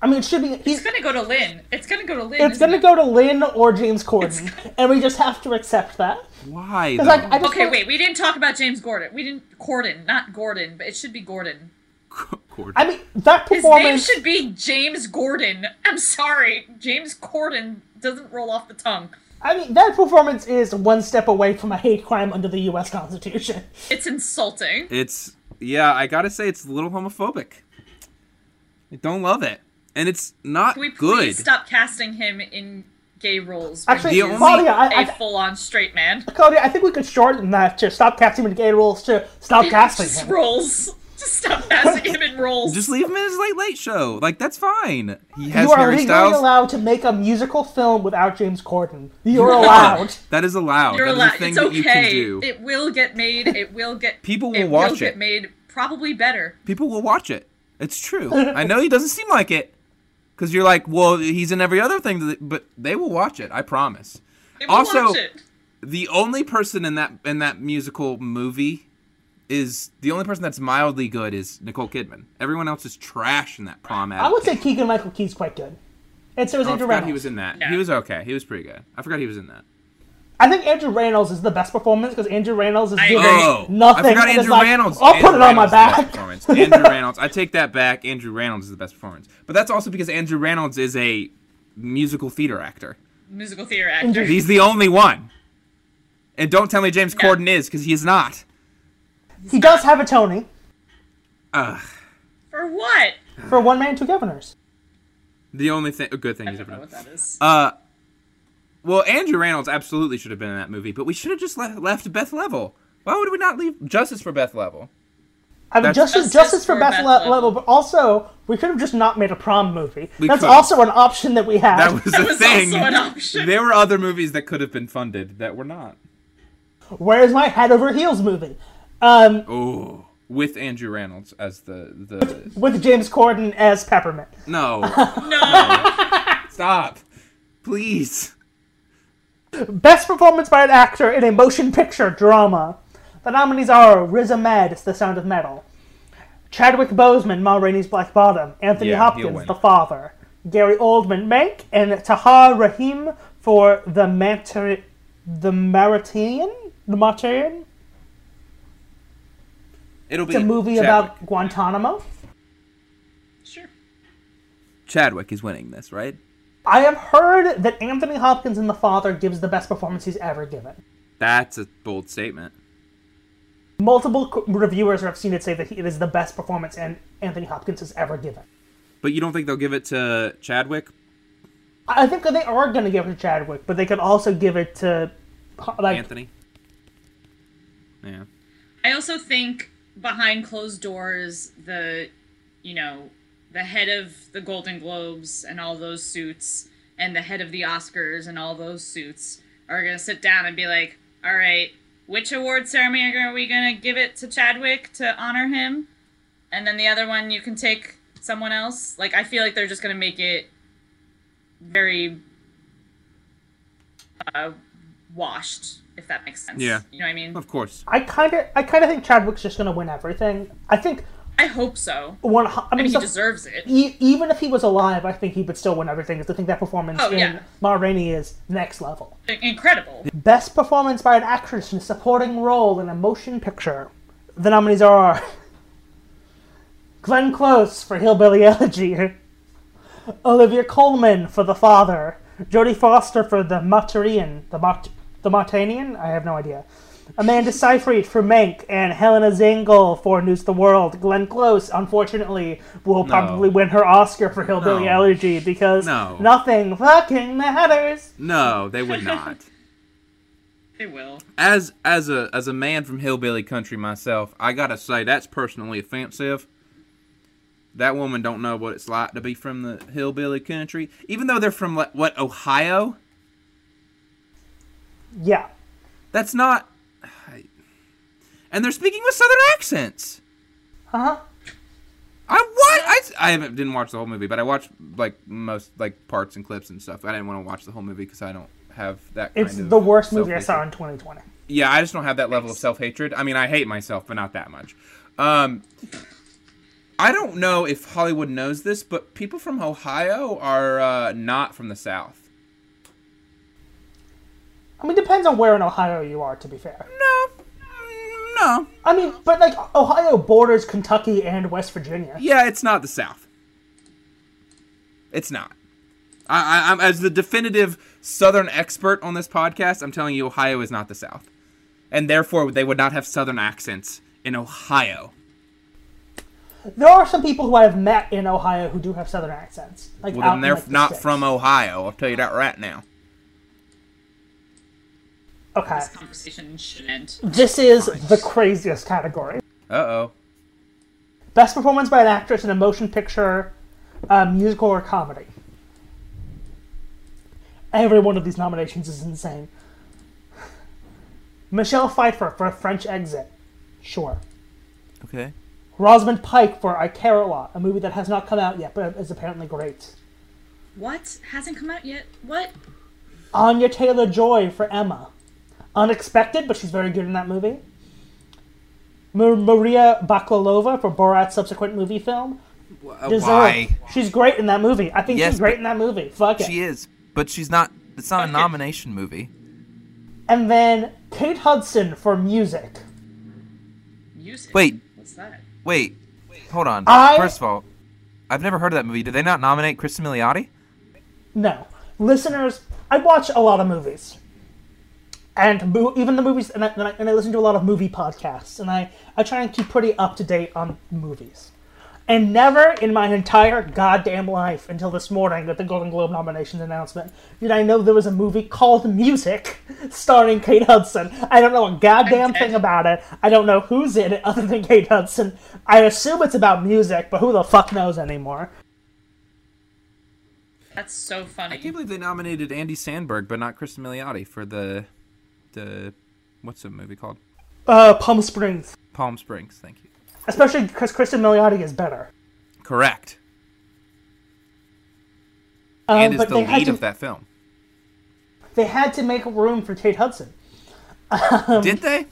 Speaker 6: I mean, it should be.
Speaker 5: It's
Speaker 6: He's,
Speaker 5: gonna go to Lynn. It's gonna go to Lynn.
Speaker 6: it's
Speaker 5: isn't
Speaker 6: gonna
Speaker 5: it?
Speaker 6: go to Lynn or James Corden, and we just have to accept that.
Speaker 4: Why?
Speaker 6: Because like,
Speaker 4: though?
Speaker 6: I just
Speaker 5: Okay,
Speaker 6: don't-
Speaker 5: wait. We didn't talk about James Gordon. We didn't Gordon, not Gordon, but it should be Gordon.
Speaker 4: Gordon.
Speaker 6: I mean, that
Speaker 5: His name
Speaker 6: performance.
Speaker 5: should be James Gordon. I'm sorry, James Corden doesn't roll off the tongue.
Speaker 6: I mean, that performance is one step away from a hate crime under the U.S. Constitution.
Speaker 5: It's insulting.
Speaker 4: It's yeah, I gotta say it's a little homophobic. I don't love it, and it's not
Speaker 5: Can we
Speaker 4: good.
Speaker 5: please stop casting him in gay roles? when
Speaker 6: Actually,
Speaker 5: he's
Speaker 4: The only-
Speaker 6: Claudia, I,
Speaker 5: a
Speaker 6: I,
Speaker 5: full-on straight man.
Speaker 6: Claudia, I think we could shorten that to stop casting him in gay roles to stop casting
Speaker 5: Just
Speaker 6: him.
Speaker 5: roles. Just stop casting him in roles.
Speaker 4: Just leave him in his late late show. Like that's fine. He has
Speaker 6: You are
Speaker 4: Harry
Speaker 6: legally
Speaker 4: Styles.
Speaker 6: allowed to make a musical film without James Corden. You're allowed.
Speaker 4: That is allowed.
Speaker 5: You're
Speaker 4: That is
Speaker 5: allowed.
Speaker 4: a thing
Speaker 5: It's
Speaker 4: that you can
Speaker 5: okay.
Speaker 4: do.
Speaker 5: It will get made. It will get.
Speaker 4: People will
Speaker 5: it Will
Speaker 4: watch
Speaker 5: get
Speaker 4: it.
Speaker 5: made probably better.
Speaker 4: People will watch it. It's true. I know he doesn't seem like it, because you're like, well, he's in every other thing, that- but they will watch it. I promise.
Speaker 5: They will
Speaker 4: Also-
Speaker 5: watch it.
Speaker 4: the only person in that in that musical movie is the only person that's mildly good is Nicole Kidman. Everyone else is trash in that prom.
Speaker 6: I would say Keegan Michael Key's quite good. And so is
Speaker 4: Oh, I
Speaker 6: Andrew
Speaker 4: forgot
Speaker 6: Reynolds.
Speaker 4: he was in that.
Speaker 5: Yeah.
Speaker 4: He was okay. He was pretty good. I forgot he was in that.
Speaker 6: I think Andrew Reynolds is the best performance because Andrew Reynolds is
Speaker 5: I
Speaker 6: doing
Speaker 5: agree.
Speaker 4: Oh,
Speaker 6: nothing.
Speaker 4: I forgot
Speaker 6: and is
Speaker 4: Andrew
Speaker 6: like,
Speaker 4: Reynolds.
Speaker 6: I'll
Speaker 4: Andrew
Speaker 6: put it on my
Speaker 4: Reynolds is the best
Speaker 6: back.
Speaker 4: performance. Andrew Reynolds. I take that back. Andrew Reynolds is the best performance. But that's also because Andrew Reynolds is a musical theater actor.
Speaker 5: Musical theater actor.
Speaker 4: He's the only one. And don't tell me James
Speaker 5: No.
Speaker 4: Corden is because he's not.
Speaker 6: He does have a Tony
Speaker 4: Ugh.
Speaker 5: For what?
Speaker 6: for One Man, Two Governors.
Speaker 4: The only thing, a good thing
Speaker 5: I
Speaker 4: he's
Speaker 5: don't
Speaker 4: ever
Speaker 5: know
Speaker 4: done.
Speaker 5: what that is.
Speaker 4: Uh, well, Andrew Reynolds absolutely should have been in that movie, but we should have just le- left Beth Level. Why would we not leave justice for Beth Level?
Speaker 6: I mean,
Speaker 4: That's-
Speaker 6: justice,
Speaker 5: Justice
Speaker 6: justice for
Speaker 5: for
Speaker 6: Beth
Speaker 5: Beth
Speaker 6: Le-
Speaker 5: Level.
Speaker 6: level, but also we could have just not made a prom movie.
Speaker 4: We
Speaker 6: That's
Speaker 4: could.
Speaker 6: also an option that we had.
Speaker 4: That was
Speaker 5: That
Speaker 4: a
Speaker 5: was
Speaker 4: thing.
Speaker 5: also an option.
Speaker 4: There were other movies that could have been funded that were not.
Speaker 6: Where's my head over heels movie? Um,
Speaker 4: Oh, with Andrew Reynolds as the the
Speaker 6: with James Corden as Peppermint.
Speaker 4: no,
Speaker 5: No.
Speaker 4: stop, please.
Speaker 6: Best performance by an actor in a motion picture drama. The nominees are Riz Ahmed, The Sound of Metal, Chadwick Boseman, Ma Rainey's Black Bottom, Anthony
Speaker 4: Yeah, he'll
Speaker 6: Hopkins,
Speaker 4: win.
Speaker 6: The Father, Gary Oldman, Mank, and Tahar Rahim for The Mantar- The Maritarian? The Maritarian?
Speaker 4: It'll be
Speaker 6: It's a movie
Speaker 4: Chadwick.
Speaker 6: about Guantanamo.
Speaker 5: sure.
Speaker 4: Chadwick is winning this, right?
Speaker 6: I have heard that Anthony Hopkins in The Father gives the best performance he's ever given.
Speaker 4: That's a bold statement.
Speaker 6: Multiple c- reviewers I've seen it say that he, it is the best performance and Anthony Hopkins has ever given.
Speaker 4: But you don't think they'll give it to Chadwick?
Speaker 6: I think that they are going to give it to Chadwick, but they could also give it to like
Speaker 4: Anthony. Yeah.
Speaker 5: I also think behind closed doors, the, you know, the head of the Golden Globes and all those suits, and the head of the Oscars and all those suits are gonna sit down and be like, all right, which award ceremony are we gonna give it to Chadwick to honor him? And then the other one you can take someone else. Like I feel like they're just gonna make it very uh, washed, if that makes sense.
Speaker 4: Yeah.
Speaker 5: You know what I mean?
Speaker 4: Of course.
Speaker 6: I kind of I kind of think Chadwick's just going to win everything. I think
Speaker 5: I hope so.
Speaker 6: one. hu- I mean,
Speaker 5: I mean, he
Speaker 6: so-
Speaker 5: deserves it.
Speaker 6: e- even if he was alive, I think he would still win everything. Because I think that performance
Speaker 5: Oh,
Speaker 6: in
Speaker 5: yeah.
Speaker 6: Ma Rainey is next level.
Speaker 5: Incredible.
Speaker 6: Best performance by an actress in a supporting role in a motion picture. The nominees are Glenn Close for Hillbilly Elegy, Olivia Colman for The Father, Jodie Foster for The Matarian, The Mart- The Martanian? I have no idea. Amanda Seyfried for Mank and Helena Zengel for News the World. Glenn Close, unfortunately, will probably win her Oscar for Hillbilly
Speaker 4: No.
Speaker 6: Elegy because
Speaker 4: No.
Speaker 6: nothing fucking matters.
Speaker 4: No, they would not.
Speaker 5: They will.
Speaker 4: as as a as a man from hillbilly country myself, I gotta say that's personally offensive. That woman don't know what it's like to be from the hillbilly country, even though they're from like, what Ohio.
Speaker 6: Yeah.
Speaker 4: That's not, and they're speaking with southern accents.
Speaker 6: Uh huh.
Speaker 4: I what I, I haven't didn't watch the whole movie, but I watched like most like parts and clips and stuff. I didn't want to watch the whole movie because I don't have that. Kind
Speaker 6: It's
Speaker 4: of
Speaker 6: the worst movie I
Speaker 4: self-hatred.
Speaker 6: saw in 2020.
Speaker 4: yeah, I just don't have that level of self hatred. I mean, I hate myself, but not that much. Um, I don't know if Hollywood knows this, but people from Ohio are uh, not from the South.
Speaker 6: I mean, depends on where in Ohio you are, to be fair.
Speaker 4: No, Mm, no.
Speaker 6: I mean, but like Ohio borders Kentucky and West Virginia.
Speaker 4: Yeah, it's not the South. It's not. I, I, I'm as the definitive Southern expert on this podcast. I'm telling you, Ohio is not the South, and therefore they would not have Southern accents in Ohio.
Speaker 6: There are some people who I have met in Ohio who do have Southern accents. Like,
Speaker 4: Well,
Speaker 6: out
Speaker 4: then
Speaker 6: in,
Speaker 4: they're
Speaker 6: like, the
Speaker 4: not
Speaker 6: sticks.
Speaker 4: from Ohio. I'll tell you that right now. uh,
Speaker 6: Okay,
Speaker 5: This conversation should end.
Speaker 6: this is the craziest category.
Speaker 4: Uh oh.
Speaker 6: Best performance by an actress in a motion picture, uh, musical, or comedy. Every one of these nominations is insane. Michelle Pfeiffer for French Exit. Sure.
Speaker 4: Okay.
Speaker 6: Rosamund Pike for I Care a Lot, a movie that has not come out yet, but is apparently great.
Speaker 5: What hasn't come out yet? What?
Speaker 6: Anya Taylor Joy for Emma. Unexpected, but she's very good in that movie. Ma- Maria Bakalova for Borat's subsequent movie film. Deserved.
Speaker 4: uh, Why?
Speaker 6: She's great in that movie. I think
Speaker 4: Yes,
Speaker 6: she's great
Speaker 4: but-
Speaker 6: in that movie. Fuck it.
Speaker 4: She is, but she's not. It's not a
Speaker 5: Okay.
Speaker 4: nomination movie.
Speaker 6: And then Kate Hudson for music.
Speaker 5: Music.
Speaker 2: Wait.
Speaker 5: What's that?
Speaker 2: Wait, hold on.
Speaker 6: I-
Speaker 2: First of all, I've never heard of that movie. Did they not nominate Kristen Milioti?
Speaker 6: No. Listeners, I watch a lot of movies. And mo- even the movies, and I, and, I, and I listen to a lot of movie podcasts, and I, I try and keep pretty up to date on movies. And never in my entire goddamn life until this morning at the Golden Globe nominations announcement did I know there was a movie called Music starring Kate Hudson. I don't know a goddamn
Speaker 5: dead.
Speaker 6: thing about it. I don't know who's in it other than Kate Hudson. I assume it's about music, but who the fuck knows anymore?
Speaker 5: That's so funny.
Speaker 4: I can't believe they nominated Andy Sandberg, but not Kristen Milioti for the, the, what's the movie called?
Speaker 6: Uh, Palm Springs.
Speaker 4: Palm Springs. Thank you.
Speaker 6: Especially because Kristen Milioti is better.
Speaker 4: Correct.
Speaker 6: Um,
Speaker 4: and is the
Speaker 6: they, had
Speaker 4: lead
Speaker 6: to,
Speaker 4: of that film.
Speaker 6: they had to make room for Kate Hudson.
Speaker 4: Did they?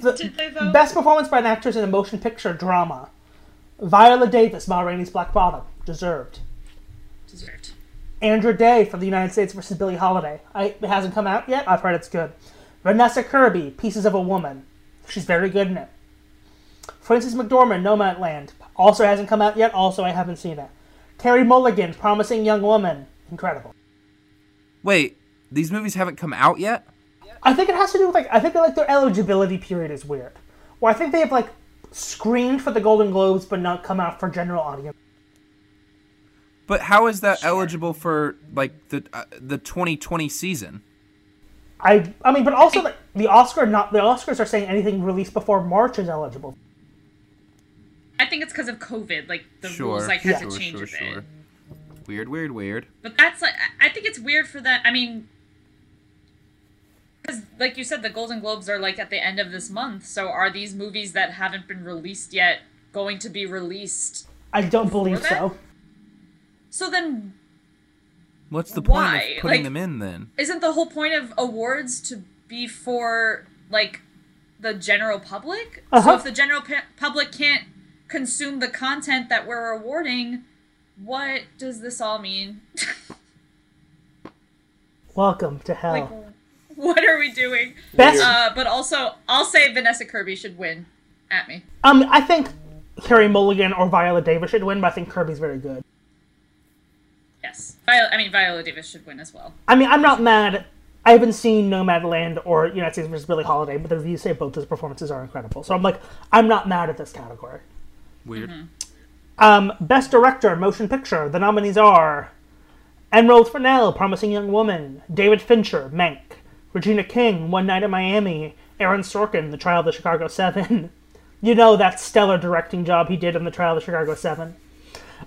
Speaker 6: The
Speaker 8: Did they though?
Speaker 6: best performance by an actress in a motion picture drama. Viola Davis, Ma Rainey's Black Bottom, deserved.
Speaker 5: Deserved.
Speaker 6: Andra Day for The United States versus Billie Holiday. I, it hasn't come out yet. I've heard it's good. Vanessa Kirby, Pieces of a Woman. She's very good in it. Frances McDormand, Nomadland. Also hasn't come out yet. Also, I haven't seen it. Carrie Mulligan, Promising Young Woman. Incredible.
Speaker 4: Wait, these movies haven't come out yet.
Speaker 6: I think it has to do with like I think like their eligibility period is weird, or I think they have like screened for the Golden Globes but not come out for general audience.
Speaker 4: But how is that eligible for like the uh, the 2020 season?
Speaker 6: I I mean, but also like, the Oscar not the Oscars are saying anything released before March is eligible.
Speaker 5: I think it's because of COVID. Like the rules, like had to change a bit.
Speaker 4: Weird, weird, weird.
Speaker 5: But that's like I I think it's weird for that. I mean, because like you said, the Golden Globes are like at the end of this month. So are these movies that haven't been released yet going to be released?
Speaker 6: I don't believe so.
Speaker 5: So then,
Speaker 4: What's the point
Speaker 5: Why?
Speaker 4: of putting
Speaker 5: Like-
Speaker 4: them in then?
Speaker 5: isn't the whole point of awards to be for like the general public?
Speaker 6: Uh-huh.
Speaker 5: So if the general pa- public can't consume the content that we're awarding, what does this all mean?
Speaker 6: Welcome to hell.
Speaker 5: like, what are we doing?
Speaker 6: Best
Speaker 5: Uh, but also, I'll say Vanessa Kirby should win at me.
Speaker 6: um, I think Carrie Mulligan or Viola Davis should win, but I think Kirby's very good.
Speaker 5: Yes. Viola, I mean, Viola Davis should win as well.
Speaker 6: I mean, I'm not mad. I haven't seen Nomadland or United States vs. Billie Holiday, but the reviews say both those performances are incredible. So I'm like, I'm not mad at this category.
Speaker 4: Weird.
Speaker 5: Mm-hmm.
Speaker 6: Um, Best Director, Motion Picture. The nominees are Emerald Fennell, Promising Young Woman, David Fincher, Mank, Regina King, One Night in Miami, Aaron Sorkin, The Trial of the Chicago Seven. you know that stellar directing job he did in The Trial of the Chicago Seven.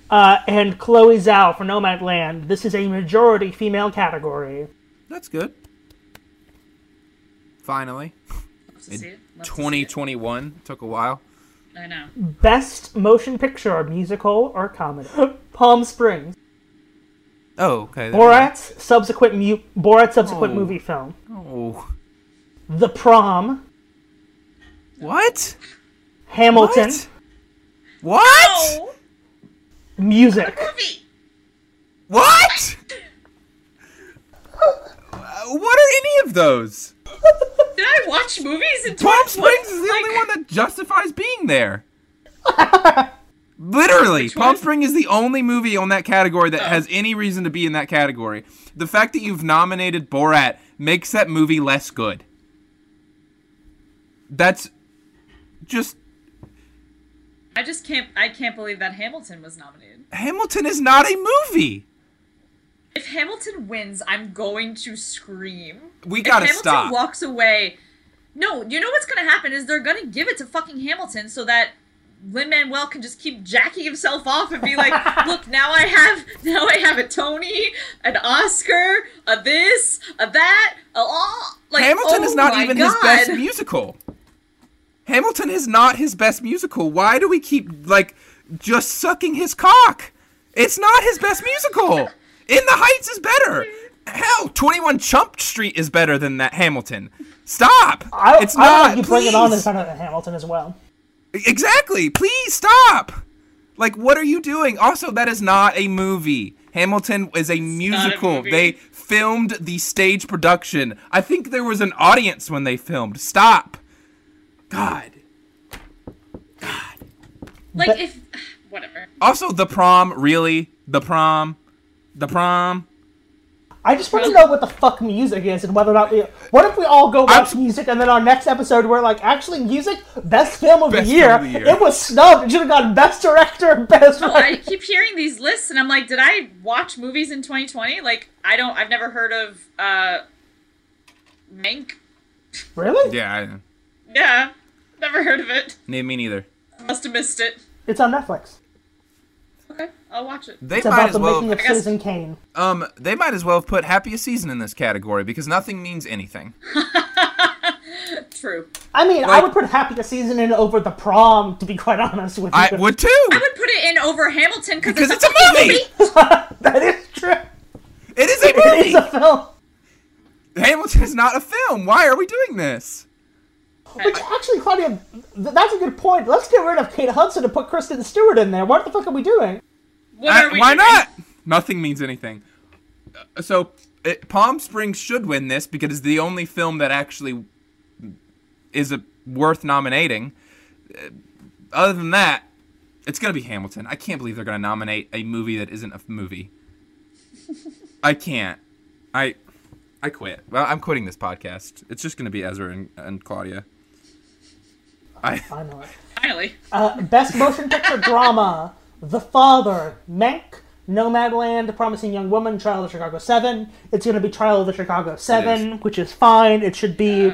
Speaker 6: Uh, and Chloe Zhao for Nomadland. This is a majority female category.
Speaker 4: That's good. Finally,
Speaker 5: Love to see it. Love to see
Speaker 4: 2021 took a while.
Speaker 5: it. I know.
Speaker 6: Best Motion Picture, musical or comedy. Palm Springs.
Speaker 4: Oh, okay. there we go.
Speaker 6: Borat's subsequent mu- Borat's subsequent
Speaker 4: Oh.
Speaker 6: movie film.
Speaker 4: Oh,
Speaker 6: The Prom.
Speaker 4: what?
Speaker 6: Hamilton.
Speaker 4: What? What?
Speaker 5: No!
Speaker 6: Music.
Speaker 5: Movie!
Speaker 4: What? Uh, what are any of those?
Speaker 5: Did I watch movies in
Speaker 4: Palm
Speaker 5: 2020?
Speaker 4: Springs is the
Speaker 5: Like,
Speaker 4: only one that justifies being there. Literally,
Speaker 5: Which
Speaker 4: Palm
Speaker 5: one? Oh.
Speaker 4: Spring is the only movie on that category that has any reason to be in that category. The fact that you've nominated Borat makes that movie less good. That's just
Speaker 5: I just can't. I can't believe that Hamilton was nominated.
Speaker 4: Hamilton is not a movie.
Speaker 5: If Hamilton wins, I'm going to scream.
Speaker 4: We
Speaker 5: If
Speaker 4: gotta
Speaker 5: Hamilton
Speaker 4: stop.
Speaker 5: walks away. No, you know what's gonna happen is they're gonna give it to fucking Hamilton so that Lin Manuel can just keep jacking himself off and be like, "Look, now I have, now I have a Tony, an Oscar, a this, a that, a all." Like,
Speaker 4: Hamilton
Speaker 5: oh
Speaker 4: is not
Speaker 5: my
Speaker 4: even
Speaker 5: God.
Speaker 4: his best musical. Hamilton is not his best musical. Why do we keep like just sucking his cock? It's not his best musical. In the Heights is better. Hell, 21 Chump Street is better than that Hamilton. Stop.
Speaker 6: I,
Speaker 4: it's
Speaker 6: I
Speaker 4: not.
Speaker 6: like you bring it on
Speaker 4: please.
Speaker 6: in front of Hamilton as well.
Speaker 4: Exactly. Please stop. Like, what are you doing? Also, that is not a movie. Hamilton is a musical.
Speaker 5: movie.
Speaker 4: They filmed the stage production. I think there was an audience when they filmed. Stop. God.
Speaker 5: Like
Speaker 6: But-
Speaker 5: if, whatever.
Speaker 4: Also, the prom, really? The prom? The prom?
Speaker 6: I just want to know what the fuck music is and whether or not we. What if we all go watch music and then our next episode we're like, actually, music, best film of,
Speaker 4: Best
Speaker 6: the, year.
Speaker 4: film of the year.
Speaker 6: It was snubbed. It should have gotten best director and best.
Speaker 5: I keep hearing these lists, and I'm like, did I watch movies in 2020? Like, I don't. I've never heard of uh, Mank.
Speaker 6: really?
Speaker 4: Yeah, I,
Speaker 5: Yeah, never heard of it.
Speaker 4: me me neither.
Speaker 5: Must have missed it.
Speaker 6: It's on Netflix.
Speaker 5: Okay, I'll watch it.
Speaker 4: They
Speaker 6: It's
Speaker 4: might
Speaker 6: about
Speaker 4: as
Speaker 6: the
Speaker 4: well.
Speaker 6: making of
Speaker 5: I guess-
Speaker 6: Citizen Kane.
Speaker 4: um, they might as well have put happiest season in this category because nothing means anything.
Speaker 5: True.
Speaker 6: I mean, I
Speaker 4: Like-
Speaker 6: would put Happiest Season in over the prom, to be quite honest with you.
Speaker 4: I would too.
Speaker 5: I would put it in over Hamilton
Speaker 4: Because it's a movie.
Speaker 6: that is true.
Speaker 4: It is a
Speaker 6: It
Speaker 4: movie.
Speaker 6: is a film.
Speaker 4: Hamilton is not a film. Why are we doing this?
Speaker 6: Which actually, Claudia, th- that's a good point. Let's get rid of Kate Hudson and put Kristen Stewart in there. What the fuck are we doing?
Speaker 5: What
Speaker 4: I-
Speaker 5: are we
Speaker 4: Uh, why
Speaker 5: doing?
Speaker 4: not? Nothing means anything. Uh, So it, Palm Springs should win this because it's the only film that actually is a, worth nominating. Uh, Other than that, it's gonna be Hamilton. I can't believe they're gonna nominate a movie that isn't a f- movie. I can't. I I quit. Well, I'm quitting this podcast. It's just gonna be Ezra and, and Claudia. I
Speaker 6: I know it.
Speaker 5: Finally.
Speaker 6: Uh, best motion picture drama: The Father, Mank, Nomadland, Promising Young Woman, Trial of the Chicago Seven. It's going to be Trial of the Chicago Seven, which is fine. It should be.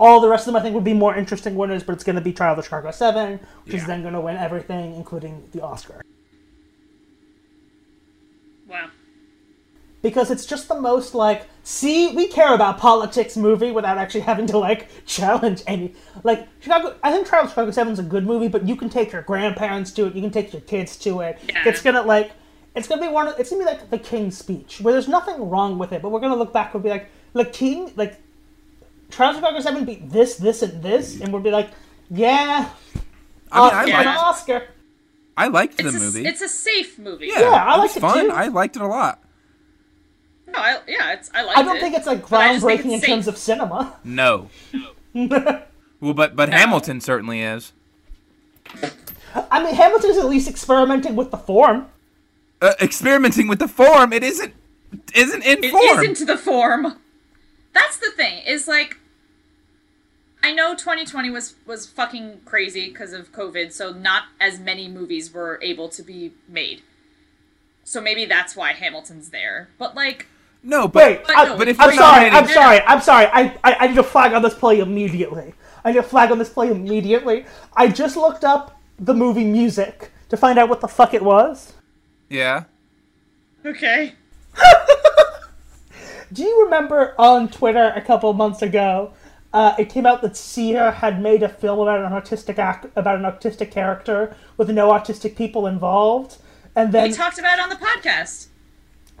Speaker 6: All the rest of them, I think, would be more interesting winners, but it's going to be Trial of the Chicago Seven, which is
Speaker 4: Yeah.
Speaker 6: then going to win everything, including the Oscar,
Speaker 5: Wow.
Speaker 6: because it's just the most like, see, we care about politics movie without actually having to like challenge any. Like Chicago, I think Trial of the Chicago Seven is a good movie, but you can take your grandparents to it, you can take your kids to it.
Speaker 5: Yeah.
Speaker 6: It's gonna like it's gonna be one of, it's gonna be like the King's speech, where there's nothing wrong with it, but we're gonna look back and be like, the King like Trials of Chicago Seven beat this, this, and this, and we'll be like, Yeah,
Speaker 4: I,
Speaker 6: it's
Speaker 4: mean, I
Speaker 5: yeah.
Speaker 6: an
Speaker 4: liked
Speaker 6: Oscar.
Speaker 4: I liked the
Speaker 5: It's a, s-
Speaker 4: movie.
Speaker 5: it's a safe movie.
Speaker 4: yeah,
Speaker 6: yeah, I
Speaker 4: it was
Speaker 6: liked it
Speaker 4: fun.
Speaker 6: too.
Speaker 4: I liked it a lot.
Speaker 5: No, I, yeah, it's, I like it.
Speaker 6: I don't think it's like
Speaker 5: But I just think
Speaker 6: groundbreaking
Speaker 5: it's
Speaker 6: in
Speaker 5: safe.
Speaker 6: terms of cinema.
Speaker 4: No. well, but but Hamilton certainly is.
Speaker 6: I mean Hamilton's at least experimenting with the form.
Speaker 4: Uh, experimenting with the form, it isn't isn't in
Speaker 5: It
Speaker 4: form.
Speaker 5: not the form. That's the thing. Is like, I know 2020 was was fucking crazy because of COVID, so not as many movies were able to be made. So maybe that's why Hamilton's there. But like,
Speaker 4: No, but
Speaker 6: Wait,
Speaker 4: Uh, but,
Speaker 5: I- no,
Speaker 4: if
Speaker 5: I'm
Speaker 4: we're
Speaker 6: I'm sorry,
Speaker 4: nominating-
Speaker 6: I'm sorry, I'm sorry. I, I, I need a flag on this play immediately. I need a flag on this play immediately. I just looked up the movie music to find out what the fuck it was.
Speaker 4: yeah,
Speaker 5: okay,
Speaker 6: Do you remember on Twitter a couple months ago? Uh, it came out that Sia had made a film about an autistic act about an autistic character with no autistic people involved, and then
Speaker 5: we talked about it on the podcast.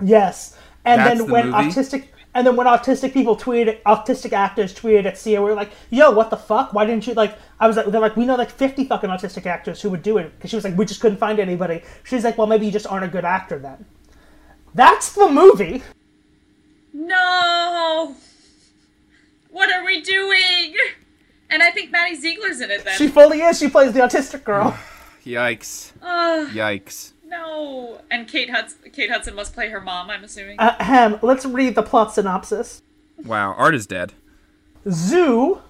Speaker 6: yes, and
Speaker 4: That's
Speaker 6: then
Speaker 4: the
Speaker 6: when
Speaker 4: movie?
Speaker 6: autistic And then when autistic people tweeted, autistic actors tweeted at Sia, we were like, "Yo, what the fuck? Why didn't you like?" I was like, "They're like, we know like fifty fucking autistic actors who would do it." Because she was like, "We just couldn't find anybody." She's like, "Well, maybe you just aren't a good actor then." That's the movie.
Speaker 5: No. What are we doing? And I think Maddie Ziegler's in it then.
Speaker 6: She fully is. She plays the autistic girl.
Speaker 2: Yikes.
Speaker 5: Ugh,
Speaker 2: Yikes.
Speaker 5: no. And Kate Hudson, Kate Hudson must play her mom, I'm assuming.
Speaker 4: Uh,
Speaker 6: Uh, Ahem. Let's read the plot synopsis.
Speaker 2: Wow, Art is dead.
Speaker 6: Zoo.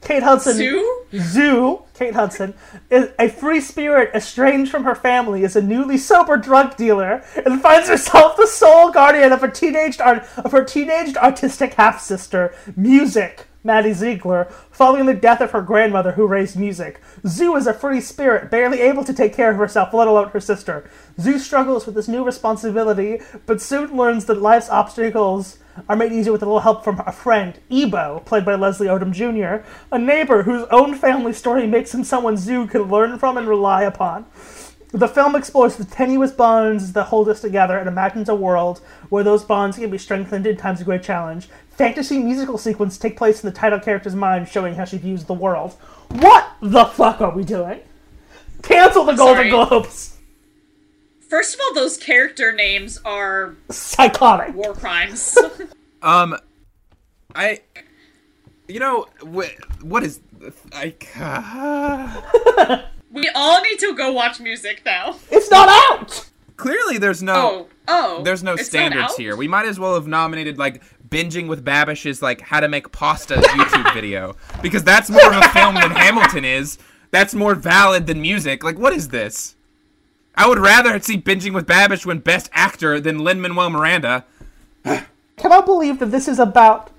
Speaker 6: Kate Hudson.
Speaker 5: Sue?
Speaker 6: Zoo, Kate Hudson, is a free spirit estranged from her family, is a newly sober drug dealer, and finds herself the sole guardian of her teenaged art of her teenaged artistic half sister, Music, Maddie Ziegler, following the death of her grandmother who raised Music. Zoo is a free spirit, barely able to take care of herself, let alone her sister. Zoo struggles with this new responsibility, but soon learns that life's obstacles are made easier with a little help from a friend, Ebo, played by Leslie Odom Jr., a neighbor whose own family story makes him someone Zoo can learn from and rely upon. The film explores the tenuous bonds that hold us together and imagines a world where those bonds can be strengthened in times of great challenge. Fantasy musical sequences take place in the title character's mind, showing how she views the world. What the fuck are we doing? Cancel the
Speaker 5: sorry.
Speaker 6: Golden Globes!
Speaker 5: First of all, those character names are
Speaker 6: Psychotic.
Speaker 5: war crimes.
Speaker 2: Um, I, you know, wh- what is, I,
Speaker 5: we all need to go watch music now.
Speaker 6: It's not out!
Speaker 2: clearly there's no,
Speaker 5: Oh, oh.
Speaker 2: there's no
Speaker 5: it's not
Speaker 2: standards
Speaker 5: out?
Speaker 2: here. We might as well have nominated like binging with Babish's like how to make pasta YouTube video because that's more of a film than Hamilton is. That's more valid than music. Like, what is this? I would rather see binging with Babish win Best Actor than Lin Manuel Miranda.
Speaker 6: cannot believe that this is about.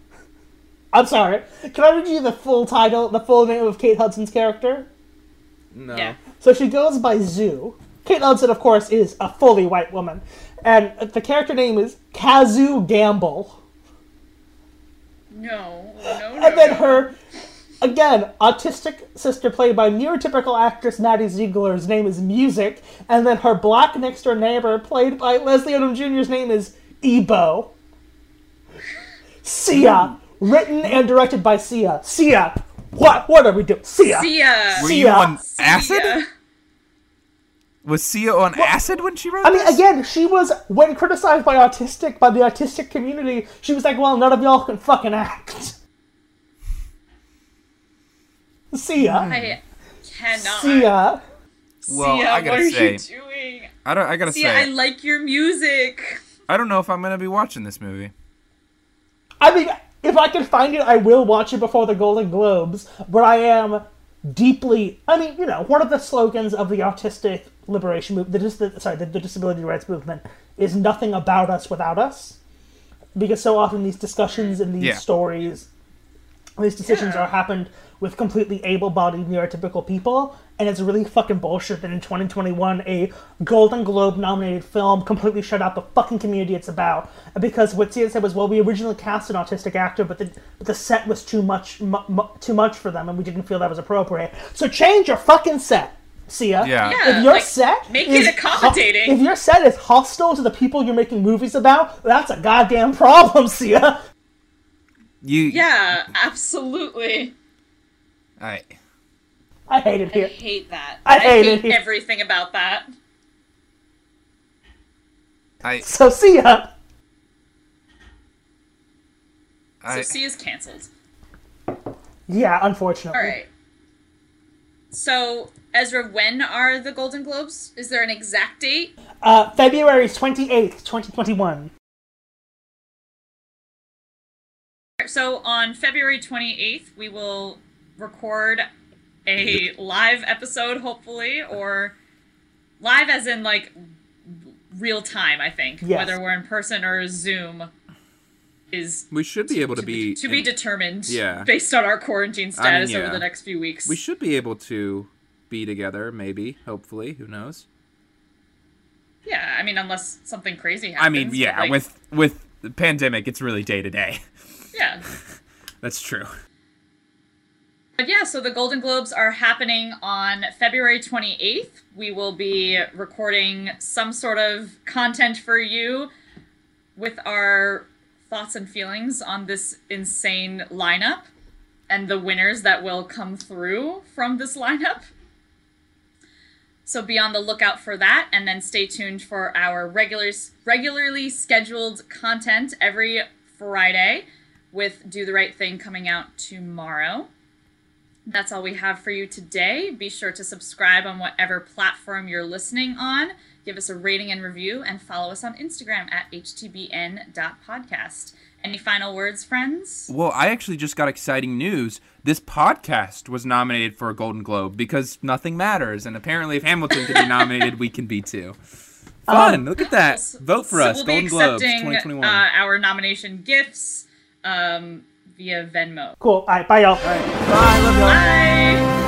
Speaker 6: I'm sorry. Can I read you the full title, the full name of Kate Hudson's character?
Speaker 2: No.
Speaker 5: Yeah.
Speaker 6: So she goes by Zoo. Kate Hudson, of course, is a fully white woman, and the character name is Kazoo Gamble.
Speaker 5: No, no, no.
Speaker 6: And then
Speaker 5: no.
Speaker 6: her, again, autistic sister played by neurotypical actress Maddie Ziegler's name is Music, and then her black next door neighbor played by Leslie Odom Jr.'s name is Ebo. Sia, written and directed by Sia. Sia, what what are we doing? Sia,
Speaker 5: See ya.
Speaker 2: Were
Speaker 6: See
Speaker 2: you
Speaker 6: ya.
Speaker 2: on
Speaker 5: See
Speaker 2: acid?
Speaker 5: ya.
Speaker 2: Was Sia on acid when she wrote
Speaker 6: I mean,
Speaker 2: this?
Speaker 6: again, she was when criticized by autistic by the autistic community. She was like, "Well, none of y'all can fucking act." Sia,
Speaker 5: I cannot.
Speaker 6: Sia.
Speaker 2: Well,
Speaker 5: Sia,
Speaker 2: I gotta
Speaker 5: what
Speaker 2: say,
Speaker 5: are you doing?
Speaker 2: I don't. I gotta
Speaker 5: Sia,
Speaker 2: say,
Speaker 5: I like your music.
Speaker 2: I don't know if I'm gonna be watching this movie.
Speaker 6: I mean, if I can find it, I will watch it before the Golden Globes. But I am deeply. I mean, you know, one of the slogans of the autistic liberation movement, the, dis- the sorry, the, the disability rights movement, is nothing about us without us, because so often these discussions and these
Speaker 2: Yeah.
Speaker 6: stories, these decisions are happened with completely able-bodied neurotypical people. And it's really fucking bullshit that in 2021 a Golden Globe nominated film completely shut out the fucking community it's about. Because what Sia said was, well, we originally cast an autistic actor, but the but the set was too much mu- mu- too much for them, and we didn't feel that was appropriate. So change your fucking set, Sia.
Speaker 2: Yeah. Yeah,
Speaker 6: If your
Speaker 5: like,
Speaker 6: set
Speaker 5: make
Speaker 6: is
Speaker 5: it accommodating.
Speaker 6: if your set is hostile to the people you're making movies about, that's a goddamn problem, Sia.
Speaker 2: You.
Speaker 5: Yeah, absolutely.
Speaker 2: All right.
Speaker 6: I hate it
Speaker 5: I
Speaker 6: here.
Speaker 5: hate that.
Speaker 6: I hate it.
Speaker 5: everything about that.
Speaker 2: I.
Speaker 6: So Sia.
Speaker 2: I.
Speaker 5: So C is canceled.
Speaker 6: Yeah, unfortunately.
Speaker 5: All right. So Ezra, when are the Golden Globes? Is there an exact date?
Speaker 6: Uh, February 28th, 2021.
Speaker 5: So on February 28th, we will record a live episode, hopefully, or live as in like real time. I think
Speaker 6: Yes.
Speaker 5: whether we're in person or Zoom is
Speaker 2: we should be able to, be.
Speaker 5: to be determined.
Speaker 2: Yeah.
Speaker 5: based on our quarantine status
Speaker 2: yeah.
Speaker 5: over the next few weeks.
Speaker 2: we should be able to be together, maybe, hopefully. Who knows?
Speaker 5: Yeah, I mean, unless something crazy happens.
Speaker 2: I mean,
Speaker 5: but,
Speaker 2: yeah.
Speaker 5: like,
Speaker 2: with with the pandemic, it's really day to day.
Speaker 5: yeah,
Speaker 2: That's true.
Speaker 5: but yeah. So the Golden Globes are happening on February 28th. We will be recording some sort of content for you with our thoughts and feelings on this insane lineup and the winners that will come through from this lineup. So be on the lookout for that, and then stay tuned for our regulars regularly scheduled content every Friday, with "Do the Right Thing" coming out tomorrow. That's all we have for you today. Be sure to subscribe on whatever platform you're listening on. Give us a rating and review, and follow us on Instagram at htbn.podcast. Any final words, friends?
Speaker 4: Well, I actually just got exciting news. This podcast was nominated for a Golden Globe because nothing matters, and apparently, if Hamilton can be nominated, we can be too.
Speaker 2: Um,
Speaker 4: Fun! look at that. Vote for
Speaker 5: So
Speaker 4: us,
Speaker 5: We'll
Speaker 4: Golden
Speaker 5: be
Speaker 4: Globes
Speaker 5: accepting
Speaker 4: 2021.
Speaker 5: Uh, our nomination gifts um, via Venmo.
Speaker 6: Cool. All right. Bye, y'all.
Speaker 4: All right. Bye. Love y'all.
Speaker 5: Bye.